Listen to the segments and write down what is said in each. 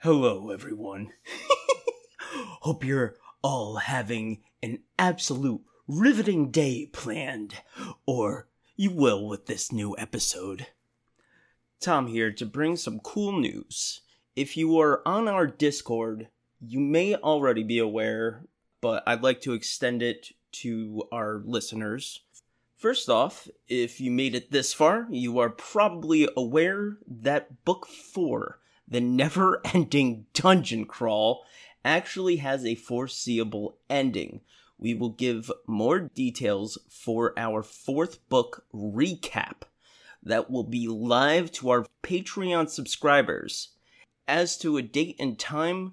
Hello, everyone. Hope you're all having an absolute riveting day planned, or you will with this new episode. Tom here to bring some cool news. If you are on our Discord, you may already be aware, but I'd like to extend it to our listeners. First off, if you made it this far, you are probably aware that Book 4, The Never Ending Dungeon Crawl, actually has a foreseeable ending. We will give more details for our fourth book recap that will be live to our Patreon subscribers. As to a date and time,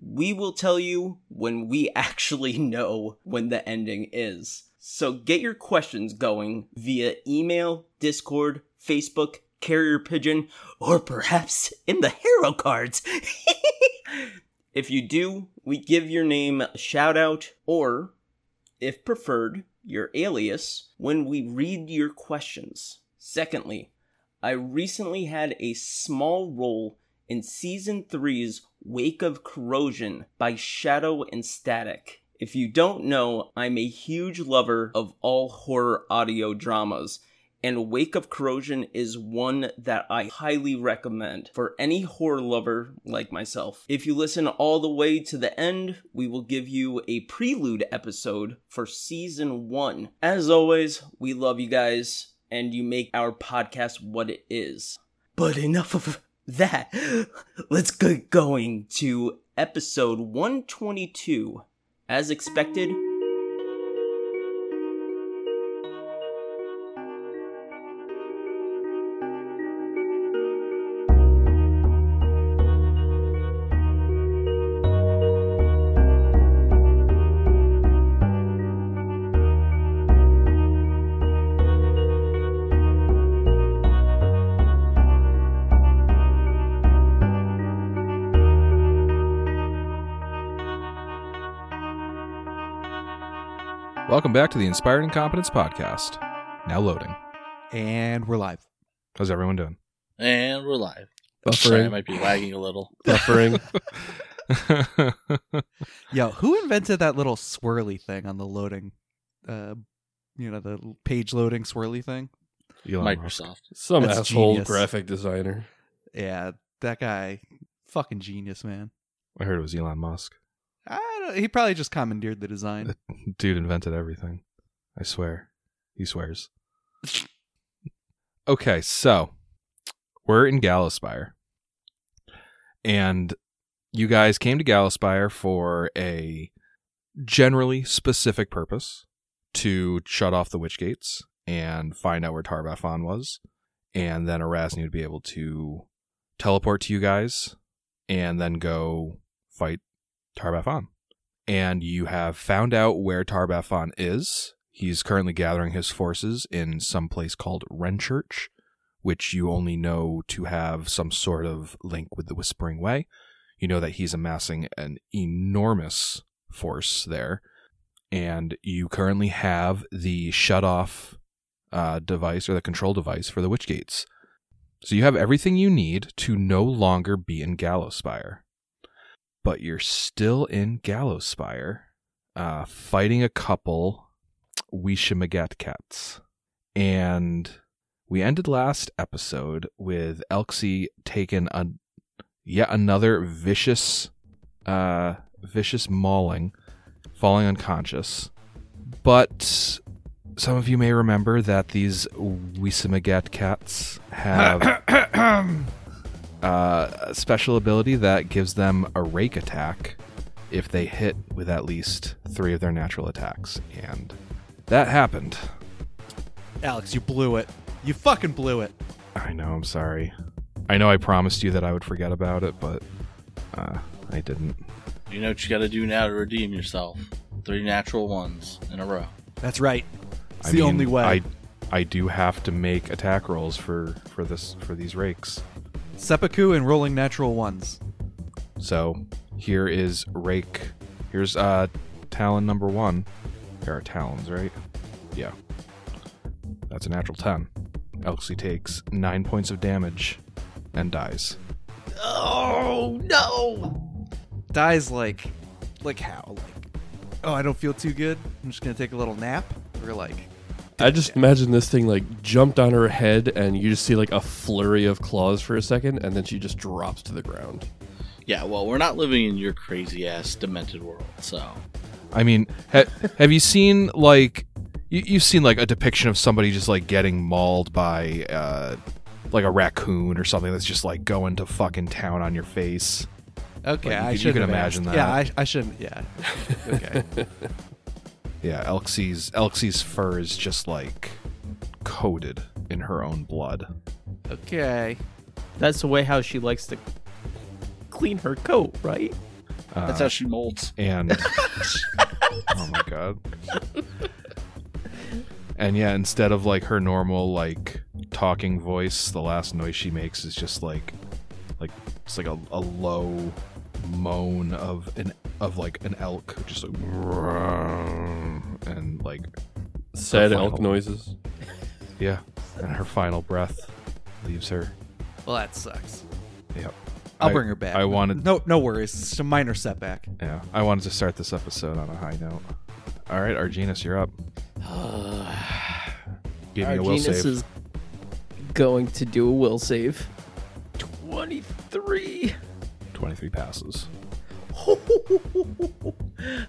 we will tell you when we actually know when the ending is. So get your questions going via email, Discord, Facebook, Carrier Pigeon, or perhaps in the Hero Cards. if you do, we give your name a shout out or, if preferred, your alias when we read your questions. Secondly, I recently had a small role in season 3's Wake of Corrosion by Shadow and Static. If you don't know, I'm a huge lover of all horror audio dramas, and Wake of Corrosion is one that I highly recommend for any horror lover like myself. If you listen all the way to the end, we will give you a prelude episode for season 1. As always, we love you guys and you make our podcast what it is. But enough of that. Let's get going to episode 122. As expected, Welcome back to the Inspired Incompetence Podcast. Now loading. And we're live. How's everyone doing? And we're live. Sorry, I buffering might be lagging a little. buffering Yo, who invented that little swirly thing on the loading? Uh, you know, the l- page loading swirly thing? Elon Musk. Microsoft. some That's asshole genius. graphic designer Yeah, that guy, fucking genius, man. I heard it was Elon Musk. I don't, he probably just commandeered the design. Dude invented everything. I swear. He swears. okay, so we're in Galaspire. And you guys came to Galaspire for a generally specific purpose to shut off the witch gates and find out where Tarbafon was. And then Erasni would be able to teleport to you guys and then go fight Tarbafon and you have found out where Tarbafon is. He's currently gathering his forces in some place called Renchurch, which you only know to have some sort of link with the Whispering Way. You know that he's amassing an enormous force there, and you currently have the shut-off uh, device or the control device for the Witch Gates. So you have everything you need to no longer be in Gallowspire but you're still in Gallowspire, uh, fighting a couple Wishamagat cats. And we ended last episode with Elxie taking a yet another vicious, uh, vicious mauling, falling unconscious. But some of you may remember that these Wishamagat cats have uh, a special ability that gives them a rake attack if they hit with at least three of their natural attacks. And that happened. Alex, you blew it. You fucking blew it. I know, I'm sorry. I know I promised you that I would forget about it, but uh, I didn't. You know what you got to do now to redeem yourself. Three natural ones in a row. That's right. It's I the mean, only way. I, I do have to make attack rolls for, for this for these rakes. Seppuku and rolling natural ones. So here is rake. Here's uh talon number one. There are talons, right? Yeah. That's a natural ten. Elxie takes nine points of damage and dies. Oh no! Dies like, like how? Like, oh, I don't feel too good. I'm just gonna take a little nap. Or like, I just imagine this thing like jumped on her head, and you just see like a flurry of claws for a second, and then she just drops to the ground. Yeah, well, we're not living in your crazy ass demented world, so. I mean, ha- have you seen like you- you've seen like a depiction of somebody just like getting mauled by uh, like a raccoon or something that's just like going to fucking town on your face? okay, Like, you I could- you should. could imagine that. Yeah, I, I shouldn't. Yeah. Okay. Yeah, Elxie's Elxie's fur is just like coated in her own blood. okay. That's the way how she likes to clean her coat, right? Uh, That's how she molds. and oh my god and yeah instead of like her normal like talking voice the last noise she makes is just like like it's like a, a low moan of an of like an elk just like and like Sad final. elk noises. yeah and her final breath leaves her Well, that sucks. yep I'll I- bring her back. I wanted- No, no worries. It's just a minor setback. yeah i wanted to start this episode on a high note all right arginus you're up give me a will Arginus save is going to do a will save. 23. 23 passes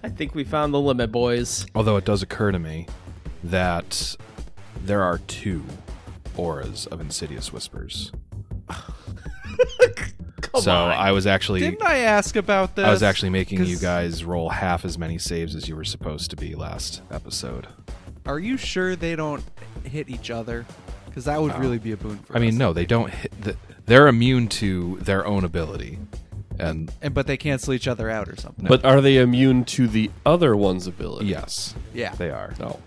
I think we found the limit, boys. Although it does occur to me that there are two auras of insidious whispers. so I was actually Didn't I ask about this? I was actually making you 'Cause- guys roll half as many saves as you were supposed to be last episode. Are you sure they don't hit each other? Because that would really be a boon for I mean, us. no, they don't hit the, they're immune to their own ability. And And but they cancel each other out or something. But are they immune to the other one's ability? yes, yeah. they are. No.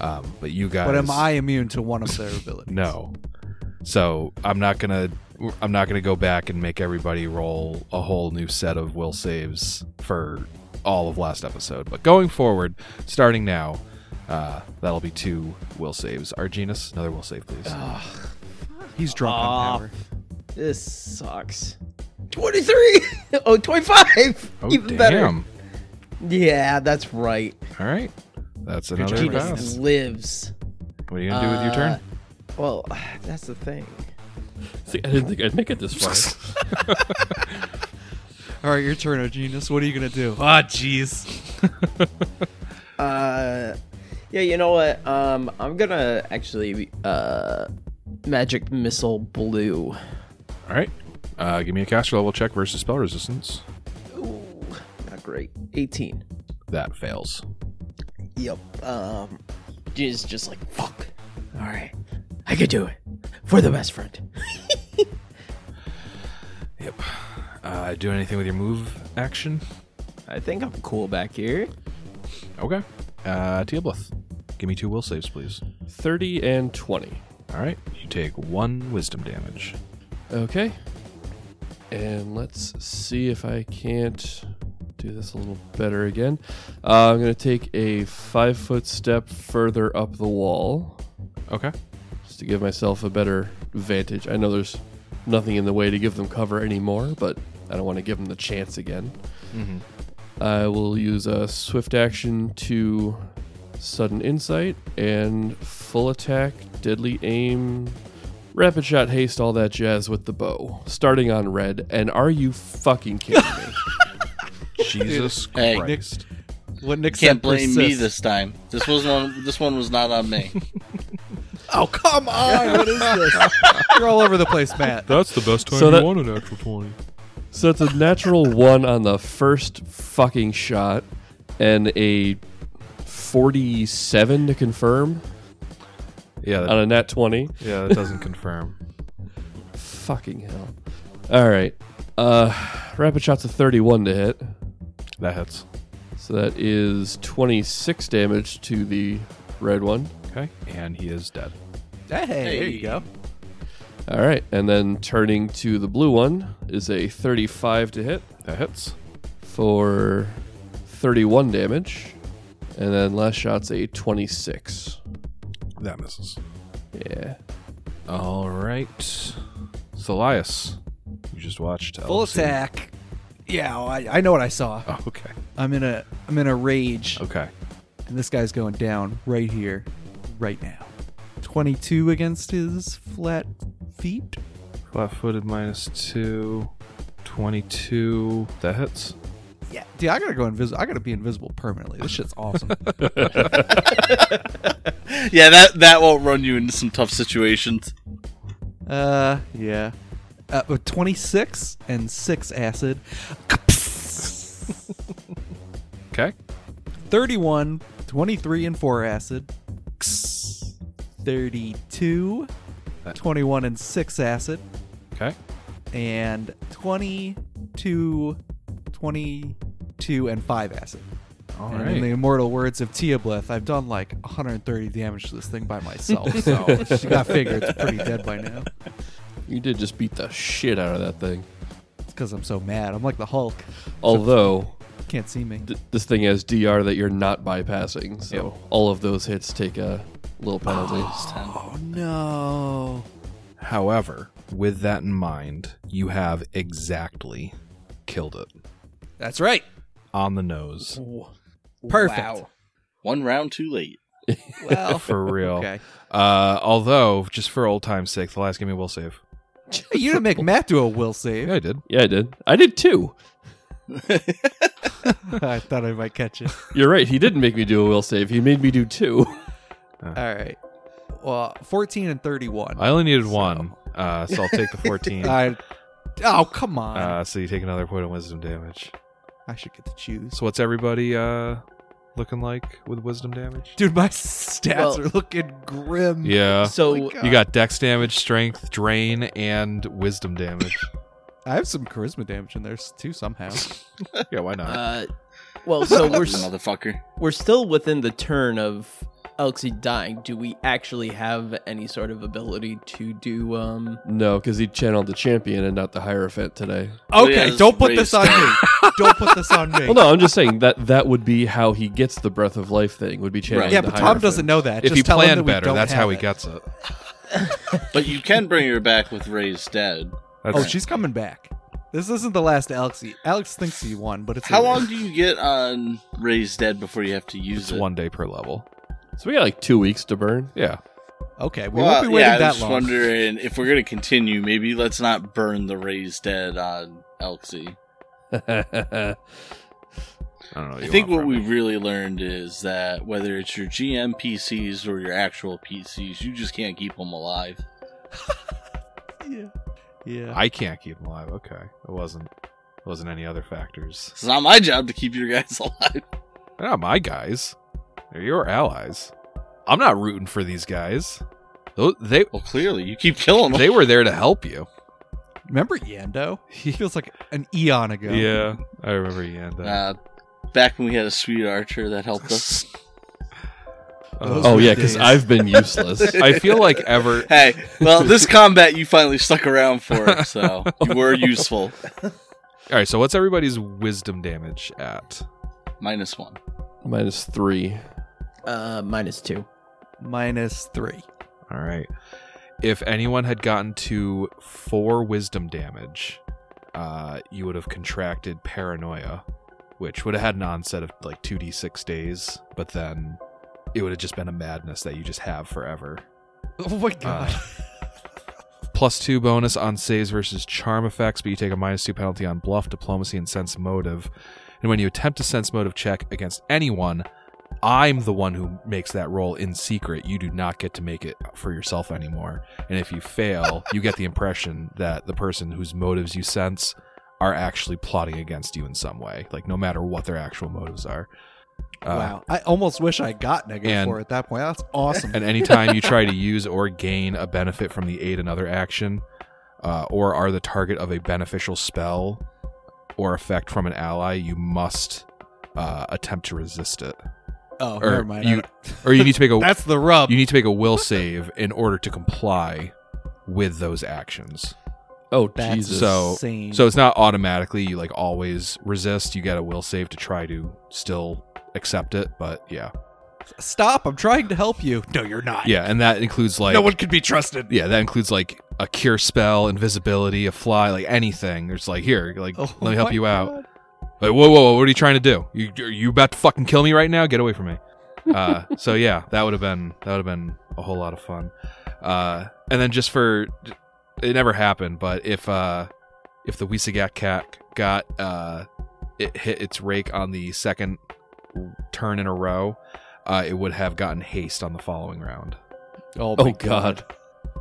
Um, but you guys But am I immune to one of their abilities? No. So I'm not gonna I'm not gonna go back and make everybody roll a whole new set of will saves for all of last episode. But going forward, starting now, uh, that'll be two will saves. Arginus, another will save, please. Uh, He's drunk on power. This sucks. 23! oh, 25! oh Even damn! better. Yeah, that's right. All right, that's another Arginus pass. lives. What are you gonna do with your turn? Uh, Well, that's the thing. See, I didn't think I'd make it this far. All right, your turn, Genius. What are you gonna do? Ah, jeez. Uh, yeah, you know what? Um, I'm gonna actually uh, magic missile blue. All right, uh, give me a caster level check versus spell resistance. Ooh, not great. 18. That fails. Yep. Um, Gina's just like fuck. All right, I could do it for the best friend. Yep. Uh, doing anything with your move action? I think I'm cool back here. Okay. Uh, Teoblith, give me two will saves, please. 30 and 20. All right. You take one wisdom damage. Okay. And let's see if I can't do this a little better again. Uh, I'm going to take a five foot step further up the wall Okay. just to give myself a better vantage. I know there's nothing in the way to give them cover anymore, but I don't want to give them the chance again. I will use a swift action to sudden insight and full attack, deadly aim, rapid shot, haste, all that jazz with the bow, starting on red. And are you fucking kidding me? Jesus Hey, Christ. What Nick Can't said blame me persists. this time. This was one. This one was not on me. Oh come on! What is this? You're all over the place, Matt. That's the best So you that- an actual 20. So it's a natural one on the first fucking shot and a 47 to confirm Yeah. on That, a nat 20. yeah, that doesn't confirm. Fucking hell. All right. Uh, rapid shot's a 31 to hit. That hits. So that is 26 damage to the red one. Okay. And he is dead. Hey, there you go. All right. And then turning to the blue one is a 35 to hit That hits. for 31 damage. And then last shot's a 26. That misses. Yeah. All right. Solias, just watched. Full LC. attack. Yeah, well, I, I know what I saw. Oh, okay. I'm in a I'm in a rage, Okay. and this guy's going down right here, right now. 22 against his flat feet. Flat footed minus two. 22. That hits. Yeah, dude, I gotta go invisible. I gotta be invisible permanently. This shit's awesome. Yeah, that that won't run you into some tough situations. uh, yeah. Uh, with 26 and six acid. Okay. 31, 23, and 4 acid. 32, 21, and 6 acid. Okay. And 22, 22, and 5 acid. All and in the right. immortal words of Teoblith, I've done like 130 damage to this thing by myself, so you got to figure it's pretty dead by now. You did just beat the shit out of that thing. It's because I'm so mad. I'm like the Hulk. Although Can't see me. th- this thing has DR that you're not bypassing, so all of those hits take a little penalty. Oh no! However, with that in mind, you have exactly killed it That's right. on the nose. Perfect. One round too late. Well, For real. okay. Uh, although, just for old time's sake, the last game we will save. You didn't make Matt do a will save. Yeah, I did. Yeah, I did. I did too. I thought I might catch it. You're right. He didn't make me do a will save. He made me do two. All right. Well, 14 and 31. I only needed one, uh, so I'll take the 14. I- oh, come on. uh, so you take another point of wisdom damage. I should get to choose. So what's everybody uh, looking like with wisdom damage? Dude, my stats Well- are looking grim. Yeah. So Oh my God. You got dex damage, strength, drain, and wisdom damage. I have some charisma damage in there too somehow. yeah, why not? Uh, well, so we're s- motherfucker. we're still within the turn of Elxie dying. Do we actually have any sort of ability to do? Um, No, because he channeled the champion and not the Hierophant today. Oh, Yeah, okay, it's don't put raised. this on me. Don't put this on me. Well, no, I'm just saying that that would be how he gets the Breath of Life thing, would be channeling Right. yeah, the but Tom Hierophant. doesn't know that. if Just he tell him planned that we better, don't that's have how he it. gets it. But you can bring her back with Ray's dead. That's Oh, she's coming back. This isn't the last Alexi. Alex thinks he won, but it's How over. long do you get on Ray's dead before you have to use it's it? one day per level. So we got like two weeks to burn. Yeah. Okay, we Well, won't be waiting yeah, I that was long. wondering if we're gonna continue. Maybe let's not burn the Ray's dead on E. Elxie. Oh, I Oh, don't know. I think what we really learned is that whether it's your GM PCs or your actual PCs, you just can't keep them alive. Yeah, yeah. I can't keep him alive. Okay, it wasn't. It wasn't any other factors. It's not my job to keep your guys alive. They're not my guys. They're your allies. I'm not rooting for these guys. Tho- They Well, clearly, you keep killing them. they were there to help you. Remember Yando? He feels like an eon ago. I remember you and that. Uh, back when we had a sweet archer that helped us. Uh, Those oh were yeah, the because days. I've been useless. I feel like ever. Hey, well, this combat you finally stuck around for, so you were useful. All right, so what's everybody's wisdom damage at? Minus one. Minus three. uh, minus two. Minus three. All right. If anyone had gotten to four wisdom damage, uh, you would have contracted paranoia, which would have had an onset of like 2d6 days, but then it would have just been a madness that you just have forever. Oh my god. Plus two bonus on saves versus charm effects, but you take a minus two penalty on bluff, diplomacy, and sense motive. And when you attempt a sense motive check against anyone, I'm the one who makes that roll in secret. You do not get to make it for yourself anymore. And if you fail, you get the impression that the person whose motives you sense are actually plotting against you in some way, like no matter what their actual motives are. Uh, wow. I almost wish I got negative and- four at that point. That's awesome. and anytime you try to use or gain a benefit from the aid another action, uh, or are the target of a beneficial spell or effect from an ally, you must uh, attempt to resist it, oh, or never mind. I you- don't- or you need to make a That's the rub. you need to make a will save in order to comply with those actions. Oh That's Jesus. So- insane. So it's not automatically you like always resist. You get a will save to try to still accept it, but yeah, Stop! I'm trying to help you. No, you're not. Yeah, and that includes like no one can be trusted. yeah, that includes like a cure spell, invisibility, a fly, like anything. There's like here, like Oh let me help my you out. God. Like, whoa, whoa, whoa, what are you trying to do? You are you about to fucking kill me right now? Get away from me. Uh, so yeah, that would have been that would have been a whole lot of fun. Uh, and then just for it never happened, but if uh, if the Wisagat cat got uh, it hit its rake on the second turn in a row, uh, it would have gotten haste on the following round. Oh, my God.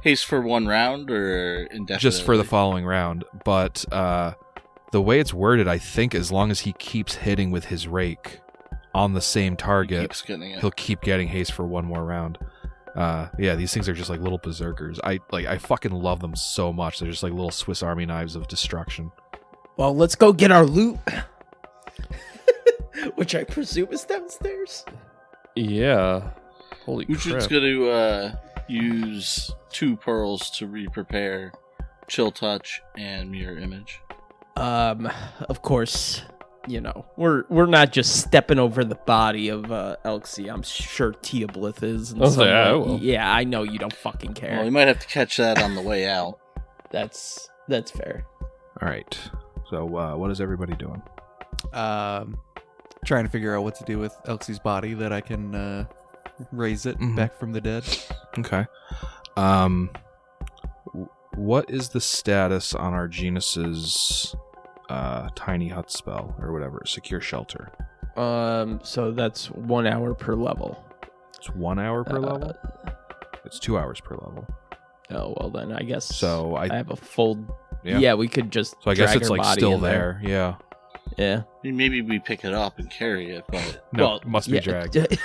Haste for one round or indefinitely? just for the following round. But uh, the way it's worded, I think as long as he keeps hitting with his rake on the same He target, keeps getting it. he'll keep getting haste for one more round. Uh, yeah, these things are just like little berserkers. I like I fucking love them so much. They're just like little Swiss Army knives of destruction. Well, let's go get our loot. Which I presume is downstairs. Yeah. Holy Ujin's crap. going to uh, use two pearls to re-prepare Chill Touch and Mirror Image. Um, of course, you know we're we're not just stepping over the body of uh, Elxie. I'm sure Teoblith is. In Oh, some yeah, I way. will. yeah, I know you don't fucking care. Well, we might have to catch that on the way out. That's that's fair. All right. So uh, what is everybody doing? Um, trying to figure out what to do with Elxie's body that I can uh, raise it Mhm. back from the dead. Okay. Um, w- what is the status on our genus's uh, tiny hut spell or whatever secure shelter? Um, so that's one hour per level. It's one hour per Uh, level. It's two hours per level. Oh well, then I guess. So I, I have a full. Yeah. Yeah, we could just. so I guess drag it's her like body still in there. Yeah. Yeah. I mean, maybe we pick it up and carry it, but No, Well, it must be yeah. dragged.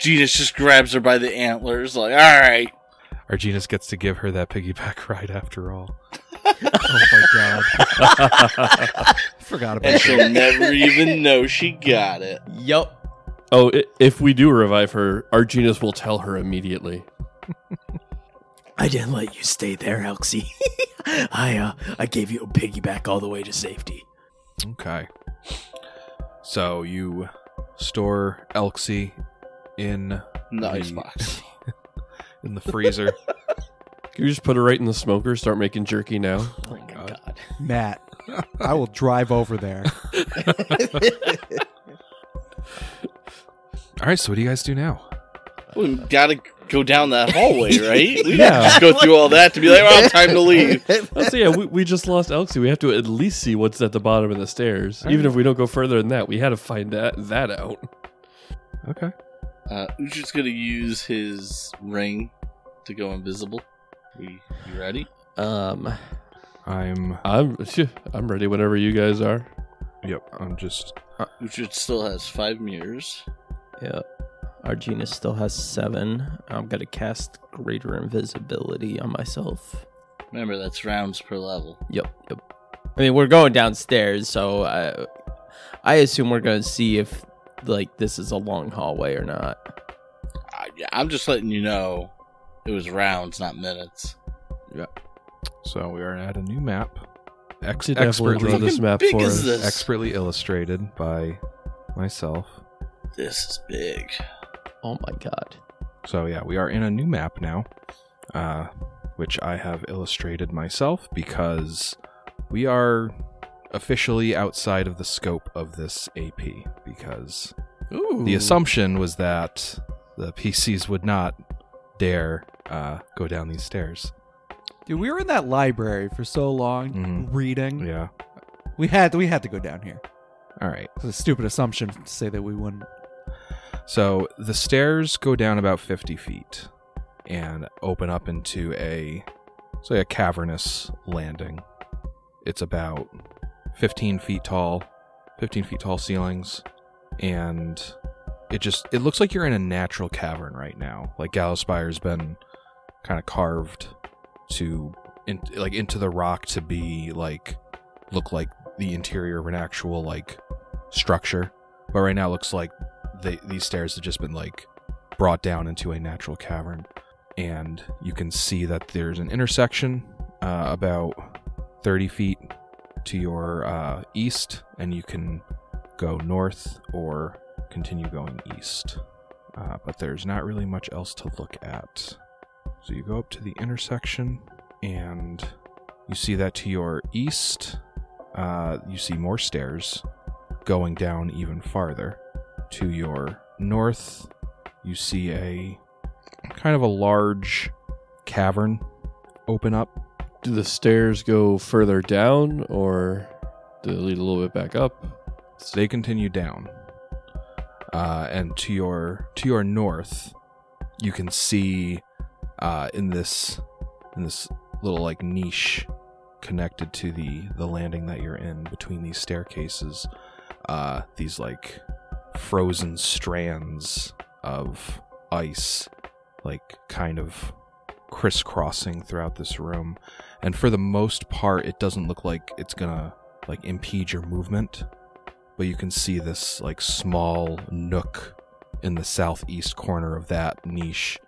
Genus just grabs her by the antlers, like, all right. Our genus gets to give her that piggyback ride after all. Oh my god! Forgot And about that. she'll never even know she got it. yup. Oh, i- if we do revive her, our genus will tell her immediately. I didn't let you stay there, Elxie. I uh, I gave you a piggyback all the way to safety. Okay. So you store Elxie in In the the- icebox. in the freezer. Can you just put her right in the smoker? Start making jerky now. Oh my God. god. Matt, I will drive over there. all right. So what do you guys do now? we gotta go down that hallway, right? We Yeah. don't just go through all that to be like, well, time to leave. Let's see, yeah, we, we just lost Elxie. We have to at least see what's at the bottom of the stairs. Even if we don't go further than that, we had to find that, that out. Okay. Uh, Uju's gonna use his ring to go invisible. We, you ready? Um, I'm. I'm phew, I'm ready whenever you guys are. Yep. I'm just. Uju still has five mirrors. yeah. Our genus still has seven. I'm gonna cast greater invisibility on myself. Remember, that's rounds per level. Yep. Yep. I mean, we're going downstairs, so I, I assume we're gonna see if like this is a long hallway or not. I, I'm just letting you know it was rounds, not minutes. So we are at a new map. Ex- Did Evelyn draw expertly this Fucking map big for is us? this? expertly illustrated by myself. This is big. Oh my god. So yeah, we are in a new map now, uh, which I have illustrated myself because we are officially outside of the scope of this AP because Ooh. the assumption was that the PCs would not dare uh, go down these stairs. Dude, we were in that library for so long Mhm. reading. Yeah. We had we had to go down here. All right. It's a stupid assumption to say that we wouldn't. So the stairs go down about 50 feet and open up into a it's like a cavernous landing. It's about 15 feet tall, 15 feet tall ceilings, and it just it looks like you're in a natural cavern right now. Like Gallowspire's been kind of carved to in, like into the rock to be like look like the interior of an actual like structure, but right now it looks like they, these stairs have just been like brought down into a natural cavern and you can see that there's an intersection uh, about 30 feet to your uh, east and you can go north or continue going east. Uh, but there's not really much else to look at. So you go up to the intersection, and you see that to your east, uh, you see more stairs going down even farther. To your north, you see a kind of a large cavern open up. Do the stairs go further down or do they lead a little bit back up? So they continue down, uh, and to your to your north, you can see uh, in this in this little like niche connected to the the landing that you're in between these staircases, uh, these like frozen strands of ice, like kind of crisscrossing throughout this room, and for the most part, it doesn't look like it's gonna like impede your movement but you can see this like small nook in the southeast corner of that niche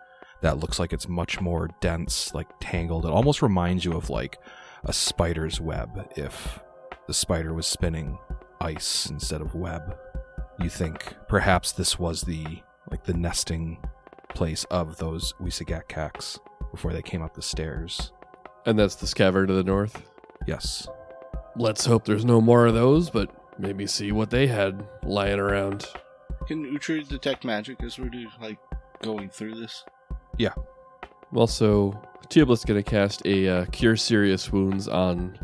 that looks like it's much more dense, like tangled. It almost reminds you of like a spider's web if the spider was spinning ice instead of web. You think perhaps this was the like the nesting place of those Wisagatkaks before they came up the stairs. And that's this cavern to the north. Yes. Let's hope there's no more of those, but maybe see what they had lying around. Can Uhtred detect magic as we're do, like going through this? Also, Tiobla's going to cast a uh, Cure Serious Wounds on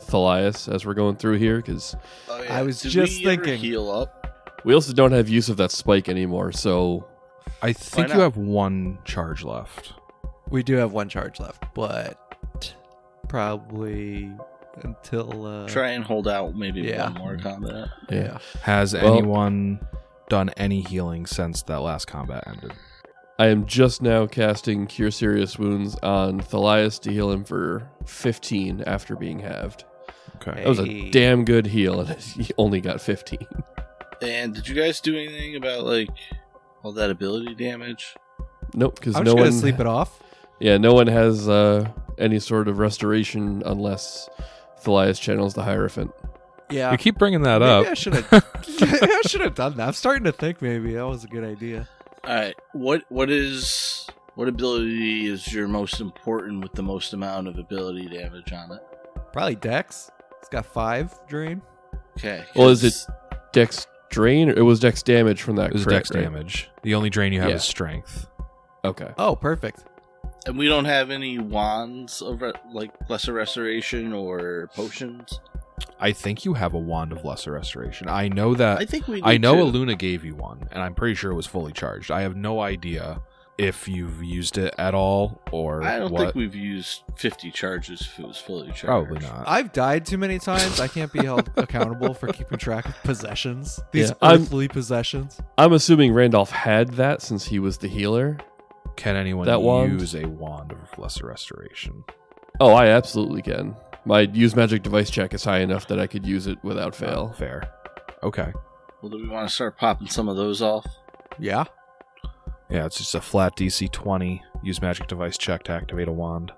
Thalias as we're going through here because Oh, yeah. I was just we ever thinking. heal up. we also don't have use of that spike anymore. So I think you not? have one charge left. We do have one charge left, but probably until uh, Try and hold out maybe Yeah. one more combat. yeah, Has Well- anyone done any healing since that last combat ended? I am just now casting Cure Serious Wounds on Thalias to heal him for 15 after being halved. That Okay. was Hey. a damn good heal, and he only got 15. And did you guys do anything about like all that ability damage? Nope, because I'm no just one. gonna sleep it off. Yeah, no one has uh, any sort of restoration unless Thalias channels the Hierophant. Yeah, We keep bringing that maybe up. I should have. I should have done that. I'm starting to think maybe that was a good idea. All right. What what is what ability is your most important with the most amount of ability damage on it? Probably Dex. It's got five drain. Okay. Well, is 'cause Dex drain? Or it was Dex damage from that. It was crit, dex right? damage. The only drain you have Yeah. is strength. Okay. Oh, perfect. And we don't have any wands of re- like lesser restoration or potions. I think you have a wand of lesser restoration. I know that I I, think we. do know too. Aluna gave you one, and I'm pretty sure it was fully charged. I have no idea if you've used it at all or I don't what. think we've used fifty charges if it was fully charged. Probably not. I've died too many times. I can't be held accountable for keeping track of possessions. These Yeah, I'm- earthly possessions. I'm assuming Randolph had that since he was the healer. Can anyone That wand? use a wand of lesser restoration? Oh, I absolutely can. My use magic device check is high enough that I could use it without Ah, fail. Fair. Okay. Well, do we want to start popping some of those off? Yeah. Yeah, it's just a flat DC 20. Use magic device check to activate a wand.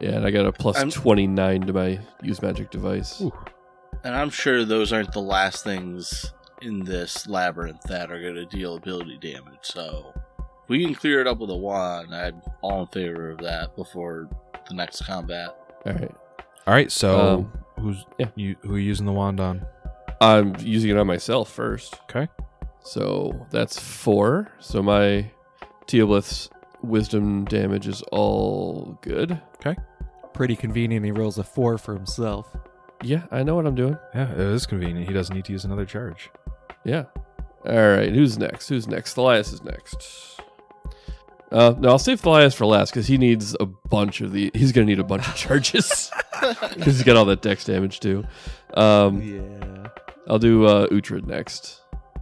Yeah, and I got a plus I'm- 29 to my use magic device. Ooh. And I'm sure those aren't the last things in this labyrinth that are going to deal ability damage. So if we can clear it up with a wand. I'm all in favor of that before the next combat. All right. All right, so Um, who's yeah. you who are you using the wand on? I'm using it on myself first. Okay. So that's four. So my Teoblith's wisdom damage is all good. Pretty convenient. He rolls a four for himself. Yeah, I know what I'm doing. Yeah, it is convenient. He doesn't need to use another charge. Yeah. All right. Who's next? Who's next? Thalias is next. Uh, no, I'll save Thalias for last because he needs a bunch of the. He's gonna need a bunch of charges because he's got all that dex damage too. Um, Yeah. I'll do uh, Uhtred next,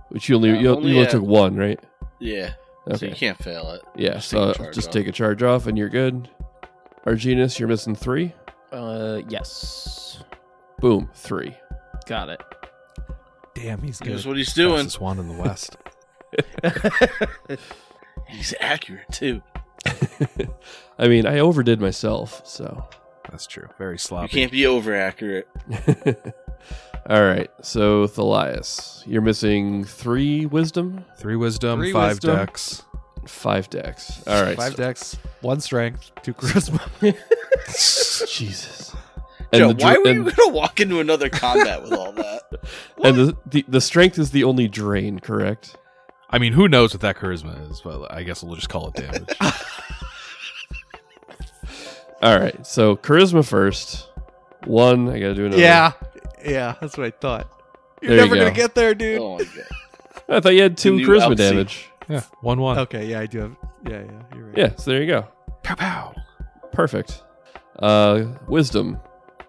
which you only Yeah, you, only, you only uh, took one, right? Yeah. So you Okay. can't fail it. yeah. just So take a I'll charge just off. take a charge off, and you're good. Arginus, you're missing three. Uh, yes. Boom, three. Got it. Damn, he's good. Here's what he's doing. Fastest wand in the west. He's accurate too. I mean, I overdid myself, so. That's true. Very You sloppy. can't be over accurate. All All right, so Thalias, you're missing three wisdom, Three wisdom, Three five wisdom. decks. five decks. All right, Five so- decks, one strength, two charisma. Jesus. Joe, the dr- why were you and, going to walk into another combat with all that? and the, the the strength is the only drain, correct? I mean, who knows what that charisma is, but I guess we'll just call it damage. All right, so charisma first. One, I gotta do another. yeah, yeah, that's what I thought. You're There you never go. gonna get there, dude. Oh my god. I thought you had two New charisma Elsie. damage. yeah, one one. Okay, yeah, I do have. Yeah, yeah, you're right. Oh. Yeah, so there you go. Pow pow. Perfect. Uh, wisdom,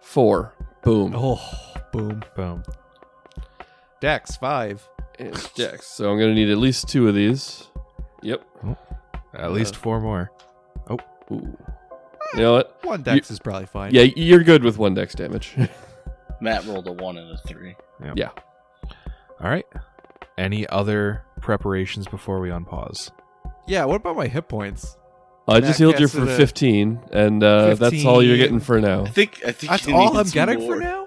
four. Boom. Oh, boom. Boom. Dex five. And dex. So I'm gonna need at least two of these. Yep. At least Uh. four more. Ooh. You know what? One dex is probably fine. Yeah, you're good with one dex damage. Matt rolled a one and a three. All right. Any other preparations before we unpause? Yeah. What about my hit points? I just Matt healed you casts for it at 15, and uh, that's all you're getting for now. I think I think That's you all need I'm some getting more. for now.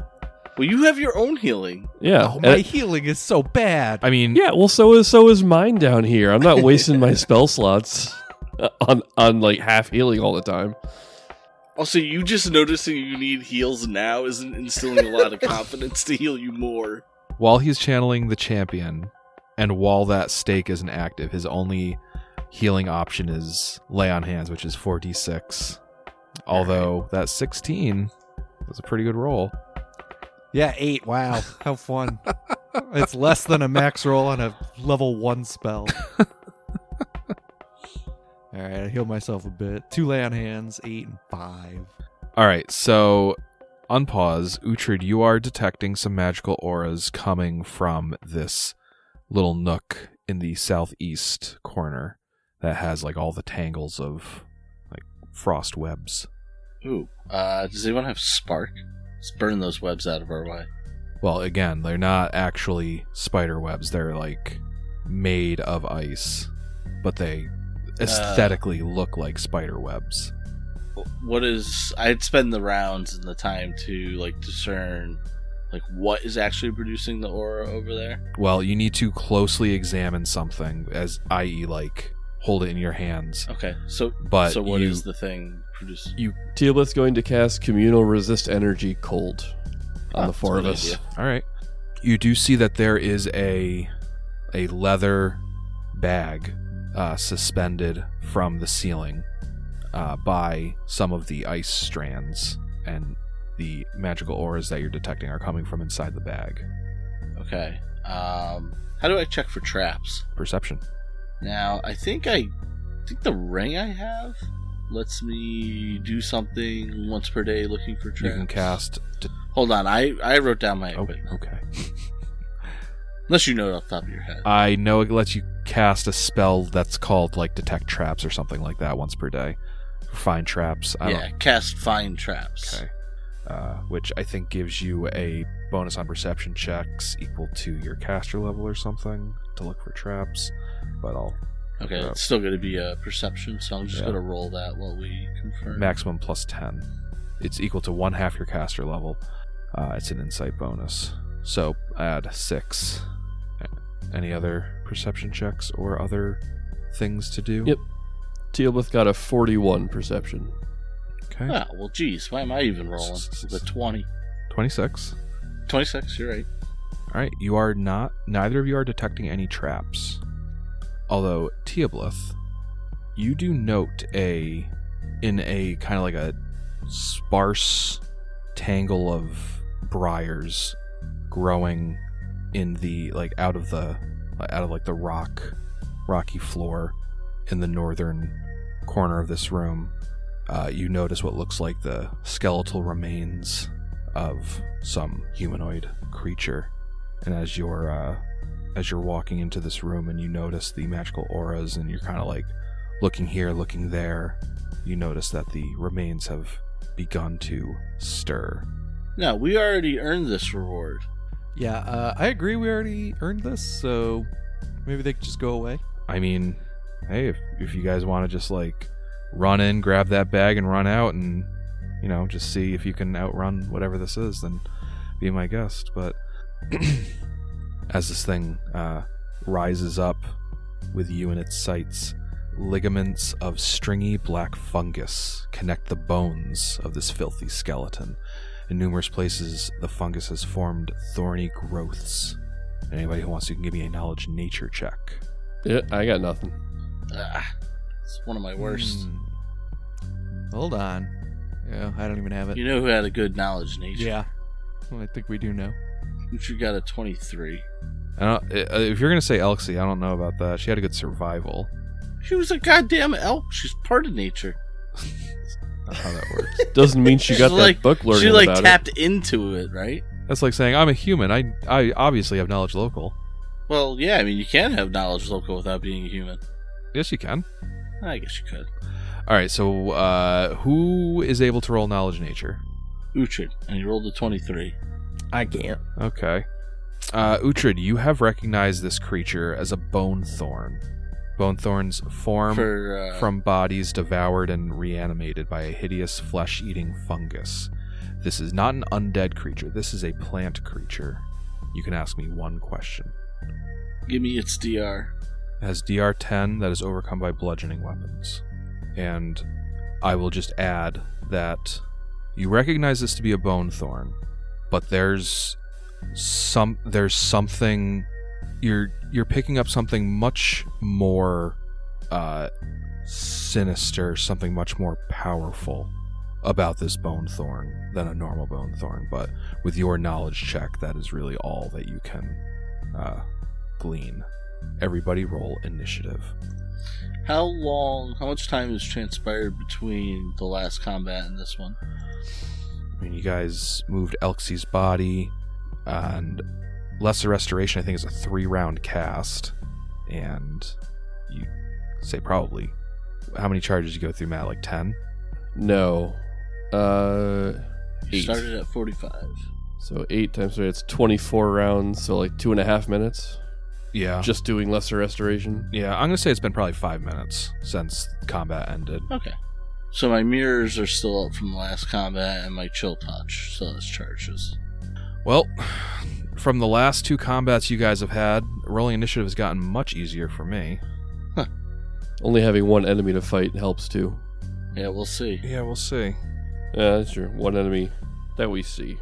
Well, you have your own healing. Yeah. Oh, my and- healing is so bad. I mean, yeah. Well, so is so is mine down here. I'm not wasting my spell slots on on like half healing all the time. Also, you just noticing you need heals now isn't instilling a lot of confidence to heal you more. while he's channeling the champion and while that stake isn't active, his only healing option is lay on hands, which is 4d6. Although that 16 was a pretty good roll. Yeah, eight. Wow, how fun. it's less than a max roll on a level one spell. All right, I heal myself a bit. Two lay on hands, eight and five. All right, so unpause. Uhtred, you are detecting some magical auras coming from this little nook in the southeast corner that has like all the tangles of like frost webs. Ooh. Uh, does anyone have spark? Let's burn those webs out of our way. Well, again, they're not actually spider webs. They're like made of ice, but they Uh. aesthetically look like spider webs. What is? I'd spend the rounds and the time to like discern, like what is actually producing the aura over there. Well, you need to closely examine something, as i.e., like hold it in your hands. Okay, so But so what is you, the thing producing? Teal'c's going to cast communal resist energy cold on Ah, the four of that's us. a good all right, you do see that there is a a leather bag uh, suspended from the ceiling uh, by some of the ice strands and the magical auras that you're detecting are coming from inside the bag. Okay. Um, how do I check for traps? Perception. Now, I think I I think the ring I have lets me do something once per day looking for traps. You can cast. De- Hold on, I I wrote down my oh, equipment. okay. Unless you know it off the top of your head. I know it lets you cast a spell that's called like detect traps or something like that once per day. Find traps. I yeah, cast find traps. Okay. Uh, which I think gives you a bonus on perception checks equal to your caster level or something to look for traps. But I'll Okay, Yeah. it's still going to be a perception, so I'm just Yeah. going to roll that while we confirm. maximum plus 10. It's equal to one half your caster level. Uh, it's an insight bonus. So add six. Any other perception checks or other things to do? Yep. Teal'c got a 41 perception. Okay. Ah, well, geez, why am I even rolling? The 20. 26. 26, you're right. All right, you are not. Neither of you are detecting any traps. Although Teoblith, you do note a in a kind of like a sparse tangle of briars growing in the like out of the out of like the rock rocky floor in the northern corner of this room. Uh, you notice what looks like the skeletal remains of some humanoid creature and as you're uh, as you're walking into this room and you notice the magical auras and you're kind of like looking here looking there you notice that the remains have begun to stir No, we already earned this reward. Yeah, uh, I agree. We already earned this, so maybe they could just go away. i mean hey if, if you guys want to just like run in grab that bag and run out and you know just see if you can outrun whatever this is then be my guest but as this thing uh, rises up with you in its sights, ligaments of stringy black fungus connect the bones of this filthy skeleton. In numerous places, the fungus has formed thorny growths. Anybody who wants to can give me a knowledge nature check. Yeah, I got nothing. Ah, it's one of my worst. Hmm. Hold on. Yeah, I don't even have it. You know who had a good knowledge nature? yeah. Well, I think we do know. Uchu got a 23. I don't, uh, if you're gonna say Elxie, I don't know about that. She had a good survival. She was a goddamn elk. She's part of nature. Not how that works. Doesn't mean she She's got like- that book learning she like about tapped into it, right? That's like saying I'm a human. I I obviously have knowledge local. Well, yeah. I mean, you can have knowledge local without being a human. Yes, you can. I guess you could. All right. So uh, who is able to roll knowledge nature? Uhtred, and he rolled a 23. I can't. Okay. Uh, Uhtred, you have recognized this creature as a bone thorn. Bone thorns form for uh, from bodies devoured and reanimated by a hideous flesh eating fungus. This is not an undead creature, this is a plant creature. You can ask me one question. give me its DR. It has DR 10 that is overcome by bludgeoning weapons. And I will just add that you recognize this to be a bone thorn, but there's some there's something you're you're picking up something much more uh, sinister, something much more powerful about this bone thorn than a normal bone thorn. But with your knowledge check, that is really all that you can uh, glean. Everybody roll initiative. How long? How much time has transpired between the last combat and this one? I mean, you guys moved Elxie's body, and Lesser Restoration, I think, is a three round cast. And you say probably. How many charges you go through, Matt? Like 10? it. No. Uh, You eight. started at 45. So eight times three, it's 24 rounds, so like two and a half minutes. Yeah. Just doing lesser restoration. Yeah, I'm going to say it's been probably five minutes since combat ended. Okay. So my mirrors are still up from the last combat, and my chill touch still has charges. Well, from the last two combats you guys have had, rolling initiative has gotten much easier for me. Only having one enemy to fight helps too. Yeah, we'll see. Yeah, we'll see. Yeah, that's true. One enemy that we see.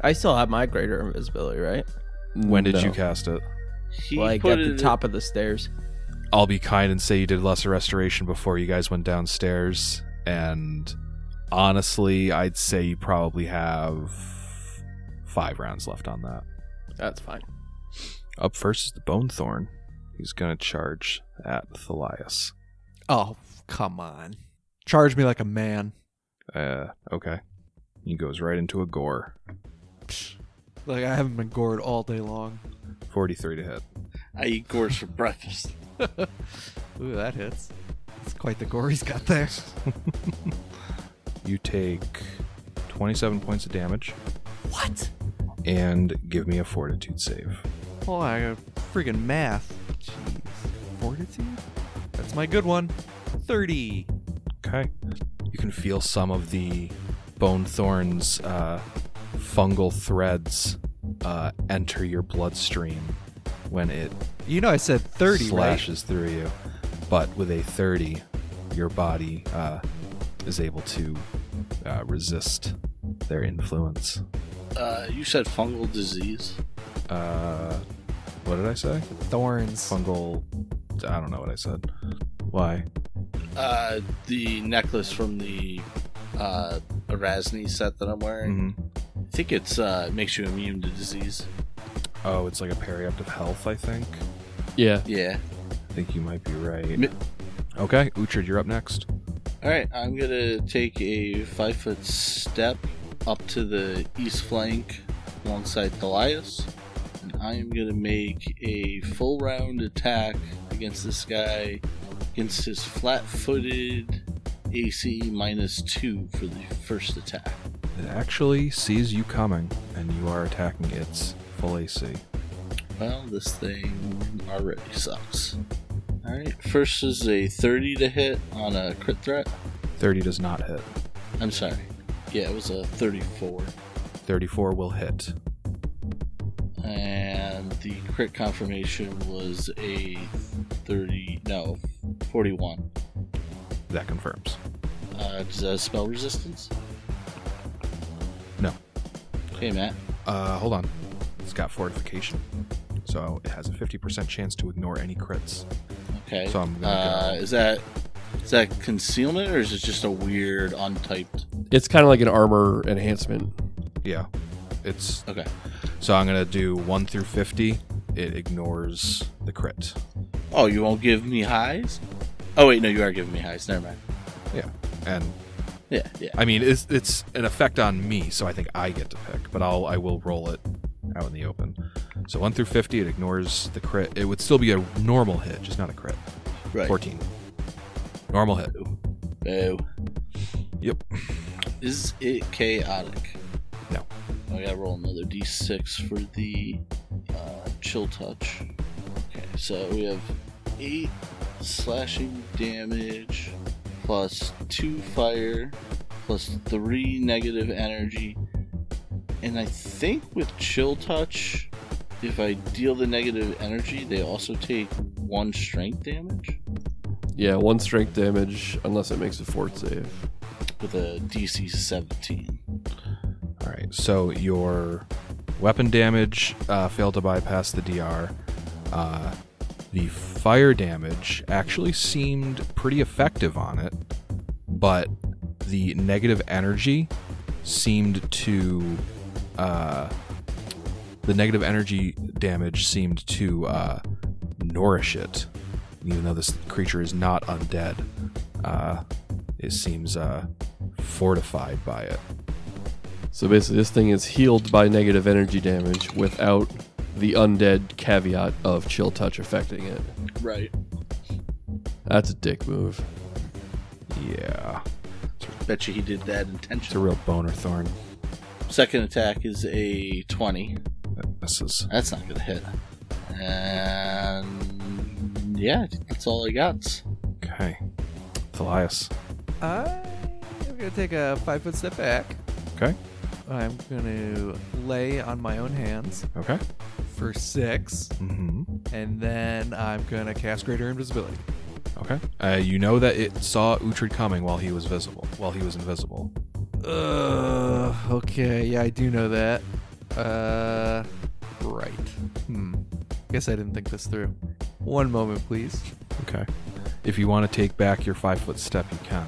I still have my greater invisibility, right? When did No. you cast it? He like put at the it- top of the stairs. I'll be kind and say you did lesser restoration before you guys went downstairs. And honestly, I'd say you probably have five rounds left on that. That's fine. Up first is the Bone Thorn. He's going to charge at Thelias. Oh, come on. Charge me like a man. Uh, okay. He goes right into a gore. Like I haven't been gored all day long. 43 to hit. I eat gores for breakfast. Ooh, that hits. It's quite the gore he's got there. You take 27 points of damage What? and give me a fortitude save. Oh, I got friggin' math. Jeez. Fortitude? That's my good one. 30. Okay. You can feel some of the bone thorns, uh, fungal threads uh, enter your bloodstream when it You know I said 30, right? slashes through you. But with a 30, your body uh, is able to uh, resist their influence. Uh, you said fungal disease. Uh, what did I say? Thorns. Fungal. I don't know what I said. Why? Uh, the necklace from the uh, Erasne set that I'm wearing. Mhm. I think it's uh, makes you immune to disease. Oh, it's like a periaptive health, I think. Yeah. Yeah. I think you might be right. Mi- okay, Uhtred, you're up next. All right, I'm gonna take a five foot step up to the east flank alongside Thelias, and I am gonna make a full round attack against this guy, against his flat footed AC E minus two for the first attack. It actually sees you coming, and you are attacking its full AC. Well, this thing already sucks. All right, first is a 30 to hit on a crit threat. 30 does not hit. I'm sorry. Yeah, it was a 34. 34 will hit. All and the crit confirmation was a 30 no 41 That confirms. uh, does that spell resistance No. hey matt Uh, hold on. It's got fortification. So it has a 50% chance to ignore any crits. okay So I'm gonna uh, go- is that is that concealment or is it just a weird untyped It's kind of like an armor enhancement. Yeah. It's okay so I'm gonna do one through fifty. It ignores the crit. oh you won't give me highs oh wait no you are giving me highs never mind Yeah. And yeah yeah I mean it's it's an effect on me, so I think I get to pick, but I'll I will roll it out in the open. So one through fifty, it ignores the crit. It would still be a normal hit, just not a crit. right Fourteen. Normal hit. Boo. Yep. Is it chaotic? No. I gotta roll another d6 for the uh, chill touch. Okay, so we have 8 slashing damage, plus 2 fire, plus 3 negative energy. And I think with chill touch, if I deal the negative energy, they also take 1 strength damage Yeah, one strength damage unless it makes a fort save. with a DC 17. All right. So your weapon damage uh, failed to bypass the DR. Uh, the fire damage actually seemed pretty effective on it, but the negative energy seemed to. Uh, the negative energy damage seemed to uh, nourish it. Even though this creature is not undead, uh, it seems uh, fortified by it. So basically, this thing is healed by negative energy damage without the undead caveat of chill touch affecting it. Right. That's a dick move. Yeah. Bet you he did that It's a intentionally. real boner thorn. Second attack is a 20. This is That's not going to hit. And yeah, I think that's all I got. okay. Thalias. I am gonna take a five foot step back. Okay. I'm gonna lay on my own hands Okay. for six, Mm-hmm. and then I'm gonna cast greater invisibility. Okay. Uh, you know that it saw Uhtred coming while he was visible. While he was invisible. Uh, okay, yeah, I do know that. Uh, right. Hmm. Guess I didn't think this through. One moment, please. Okay. If you want to take back your five foot step, you can.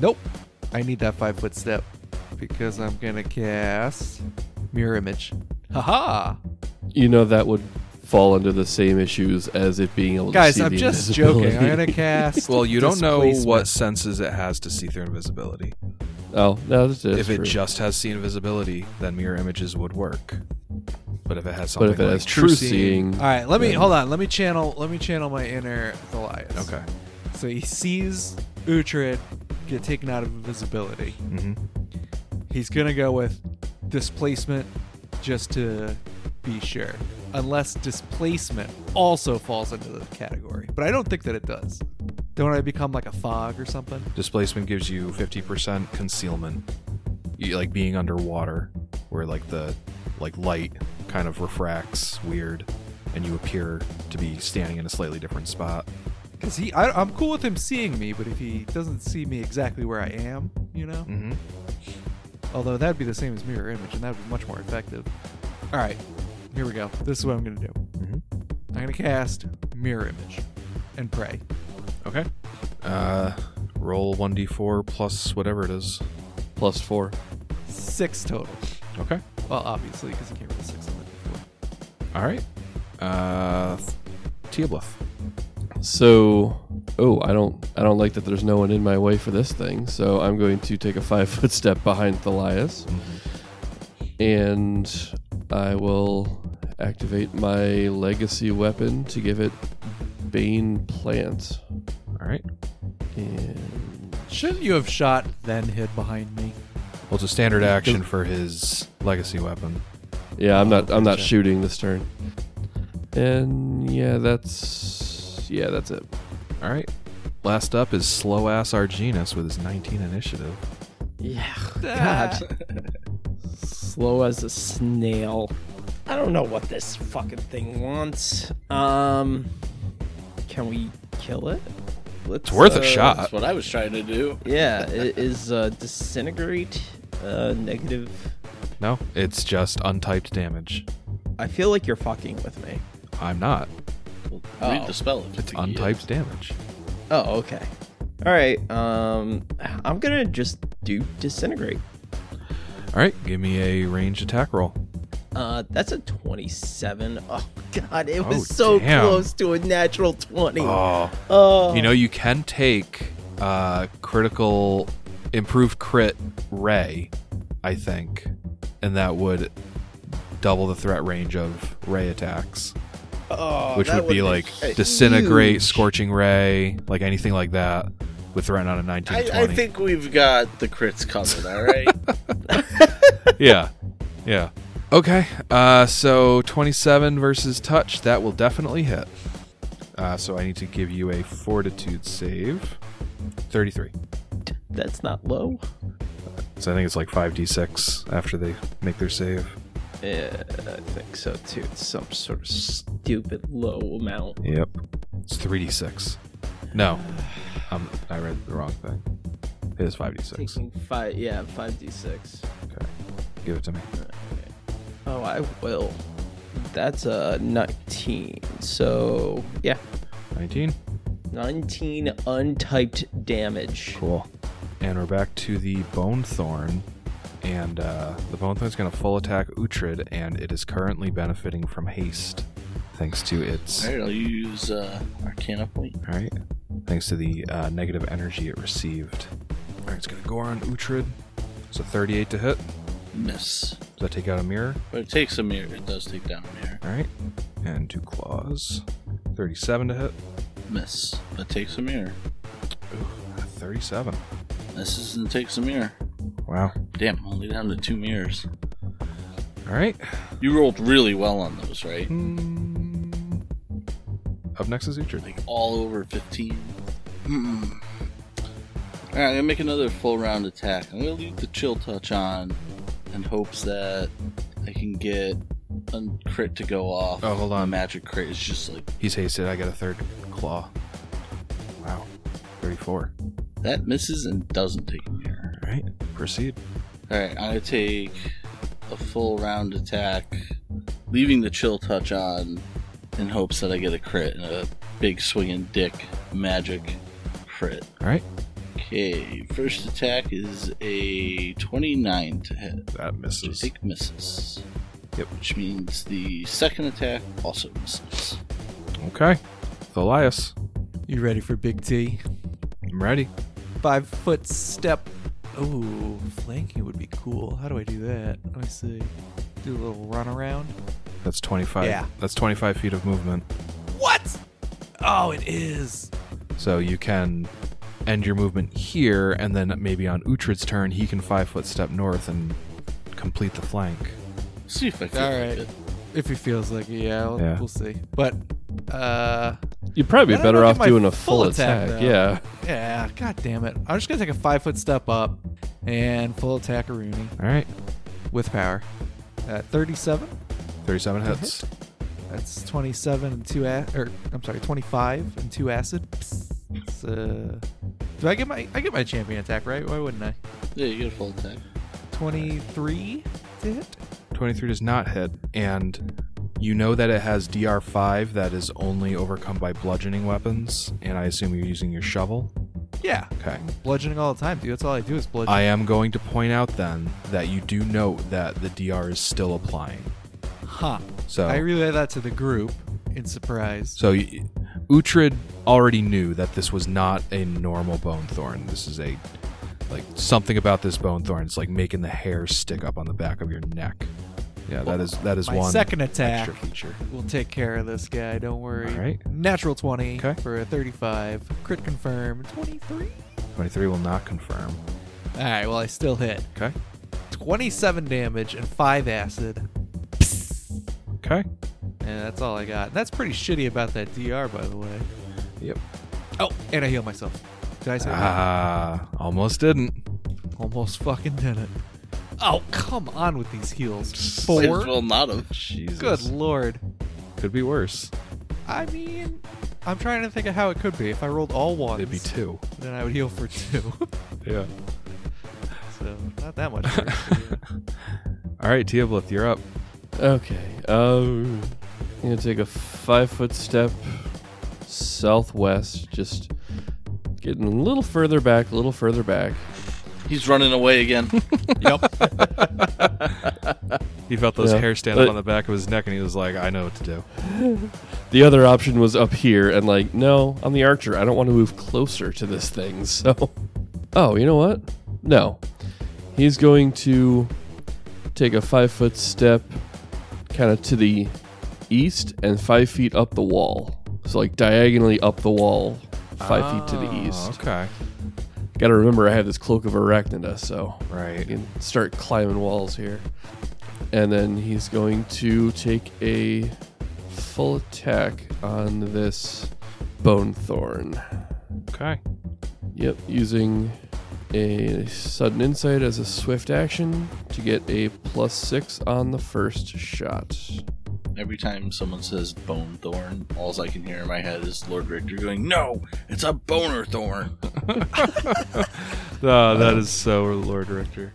Nope. I need that five foot step because I'm gonna cast mirror image. Haha! You know that would fall under the same issues as it being able to Guys, see I'm the just invisibility. joking. I'm gonna cast. Well, you don't know what displacement. senses it has to see through invisibility. oh no, that's, that's if true. it just has see invisibility, then mirror images would work. But if it has but something if it like has true seeing, All right, let me hold on. Let me channel. Let me channel my inner Thalias. Okay. So he sees Uhtred get taken out of invisibility. Mm-hmm. He's gonna go with displacement just to be sure. Unless displacement also falls into the category, but I don't think that it does. Don't I become like a fog or something? displacement gives you 50% concealment you, like being underwater where like the like light kind of refracts weird and you appear to be standing in a slightly different spot Cause he, I, I'm cool with him seeing me, but if he doesn't see me exactly where I am, you know. mm-hmm. Although that'd be the same as mirror image, and that would be much more effective. All right, here we go. This is what I'm gonna do. Mhm. I'm gonna cast mirror image and pray. okay uh roll 1d4 plus whatever it is plus four. Six total. okay Well, obviously, because you can't roll six on that before. all right uh Teobluth. So, oh, I don't, I don't like that. There's no one in my way for this thing. So I'm going to take a five foot step behind Thalias, Mm-hmm. and I will activate my legacy weapon to give it Bane Plant. all right And Shouldn't you have shot then hid behind me? well it's a standard action for his legacy weapon yeah, I'm not, I'm not Gotcha. shooting this turn. And yeah, that's, yeah, that's it. all right last up is slow ass arginus with his 19 initiative Yeah. God. Slow as a snail. I don't know what this fucking thing wants. Um, can we kill it? Let's, It's worth a uh, shot. That's what I was trying to do. Yeah, i- is uh, disintegrate uh, negative? No, it's just untyped damage. I feel like you're fucking with me. I'm not. Oh. Read the spell. if you It's think you- untyped damage. Oh, okay. All right. Um, I'm gonna just do disintegrate. All right, give me a range attack roll. Uh, that's a 27. Oh God, it was Oh, so damn. close to a natural 20. Oh, Oh. you know you can take uh, critical improved crit ray, I think, and that would double the threat range of ray attacks, Oh, which that would be would've like been disintegrate, huge. scorching ray, like anything like that, with threat on a 19 I, 20. I think we've got the crits covered. All right. yeah. Yeah. Okay. Uh, so 27 versus touch, that will definitely hit. Uh, so I need to give you a fortitude save. 33. That's not low. So I think it's like 5d6 after they make their save. Yeah, I think so too. It's some sort of stupid low amount. Yep. It's 3d6. No. Um, I read the wrong thing. It is 5d6. Taking five, yeah, five d six. Okay. Give it to me. Oh, I will. That's a Uh, nineteen. So yeah, 19. nineteen untyped damage. Cool. And we're back to the Bone Thorn. And uh, the Bone Thorn's going to full attack Uhtred, and it is currently benefiting from haste. Thanks to its. all right. I'll use uh, Arcana point. Alright. Thanks to the uh, negative energy it received. Alright, it's going to go on Uhtred. So 38 to hit. Does Miss. that take out a mirror? But it takes a mirror. It does take down a mirror. Alright. And two claws. 37 to hit. Miss. But takes a mirror. Ooh, 37. Misses and takes a mirror. Wow. Damn, only down to two mirrors. Alright. You rolled really well on those, right? Mm. Up next is Uhtred. Like all over 15. Mm. Alright, I'm gonna make another full round attack. I'm gonna leave the chill touch on in hopes that I can get a crit to go off. Oh, hold A on. magic crit is just like He's hasted. I got a third claw. Wow. 34. that misses and doesn't take a mirror. All right. Proceed. Alright, I'm gonna take a full round attack, leaving the chill touch on in hopes that I get a crit and a big swinging dick magic crit. All right. Okay, first attack is a 29 to hit. That Which I misses. think misses. Yep. Which means the second attack also misses. Okay. Tholias, You ready for Big T? I'm ready. Five foot step. Ooh, flanking would be cool. How do I do that? Let me see. Do a little run around. That's 25. Yeah. That's 25 feet of movement. What? Oh, it is. So you can end your movement here, and then maybe on Uhtred's turn, he can five foot step north and complete the flank. See if I feel All like right. it. If he feels like it, yeah, we'll, Yeah. we'll see. But, uh, You'd probably Why be don't better I off get my doing a full full, attack, attack. though? yeah. yeah, god damn it. I'm just gonna take a five foot step up and full attack a Rooney All right. with power. At 37, 37 hits. that's 27 and two, a- or I'm sorry, 25 and two acid. Psst. It's, uh, do I get my I get my champion attack right? Why wouldn't I? Yeah, you get a full attack. 23 to hit. 23 does not hit, and you know that it has DR5 that is only overcome by bludgeoning weapons, and I assume you're using your shovel. Yeah, Okay. bludgeoning all the time, dude. That's all I do is bludgeon. I am going to point out then that you do note that the DR is still applying. huh. So, I relay that to the group in surprise. so y- Uhtred already knew that this was not a normal bone thorn. This is a like something about this bone thorn. It's like making the hair stick up on the back of your neck. Yeah, that is that is my one second attack extra feature. will take care of this guy. Don't worry. All right. Natural 20 Okay. for a 35. Crit confirmed. 23. Twenty-three will not confirm. All right. Well, I still hit. Okay. 27 damage and 5 acid. Okay. And that's all I got. That's pretty shitty about that DR, by the way. Yep. Oh, and I heal myself. Did I say that? Ah, almost didn't. Almost fucking did it. Oh, come on with these heels. Might Four. as well not have. Jesus. Good lord. Could be worse. I mean, I'm trying to think of how it could be. If I rolled all ones, It'd be two. then I would heal for two. Yeah. so not that much. worse. All right, Teoblith, you're up. Okay. Um, I'm gonna take a five foot step southwest, just getting a little further back, a little further back. He's running away again. He felt those Yeah. hairs stand up Uh, on the back of his neck, and he was like, "I know what to do." The other option was up here, and like, no, I'm the archer. I don't want to move closer to this thing. So, oh, you know what? No, he's going to take a five foot step, kind of to the east and five feet up the wall. So like diagonally up the wall, five feet to the east. Ah, Okay. Gotta remember I have this cloak of arachnida, so I Right. can start climbing walls here. And then he's going to take a full attack on this bone thorn. Okay. Yep, using a sudden insight as a swift action to get a plus six on the first shot. Every time someone says bone thorn, all I can hear in my head is Lord Richter going, No, it's a boner thorn. Oh, that is so Lord Richter.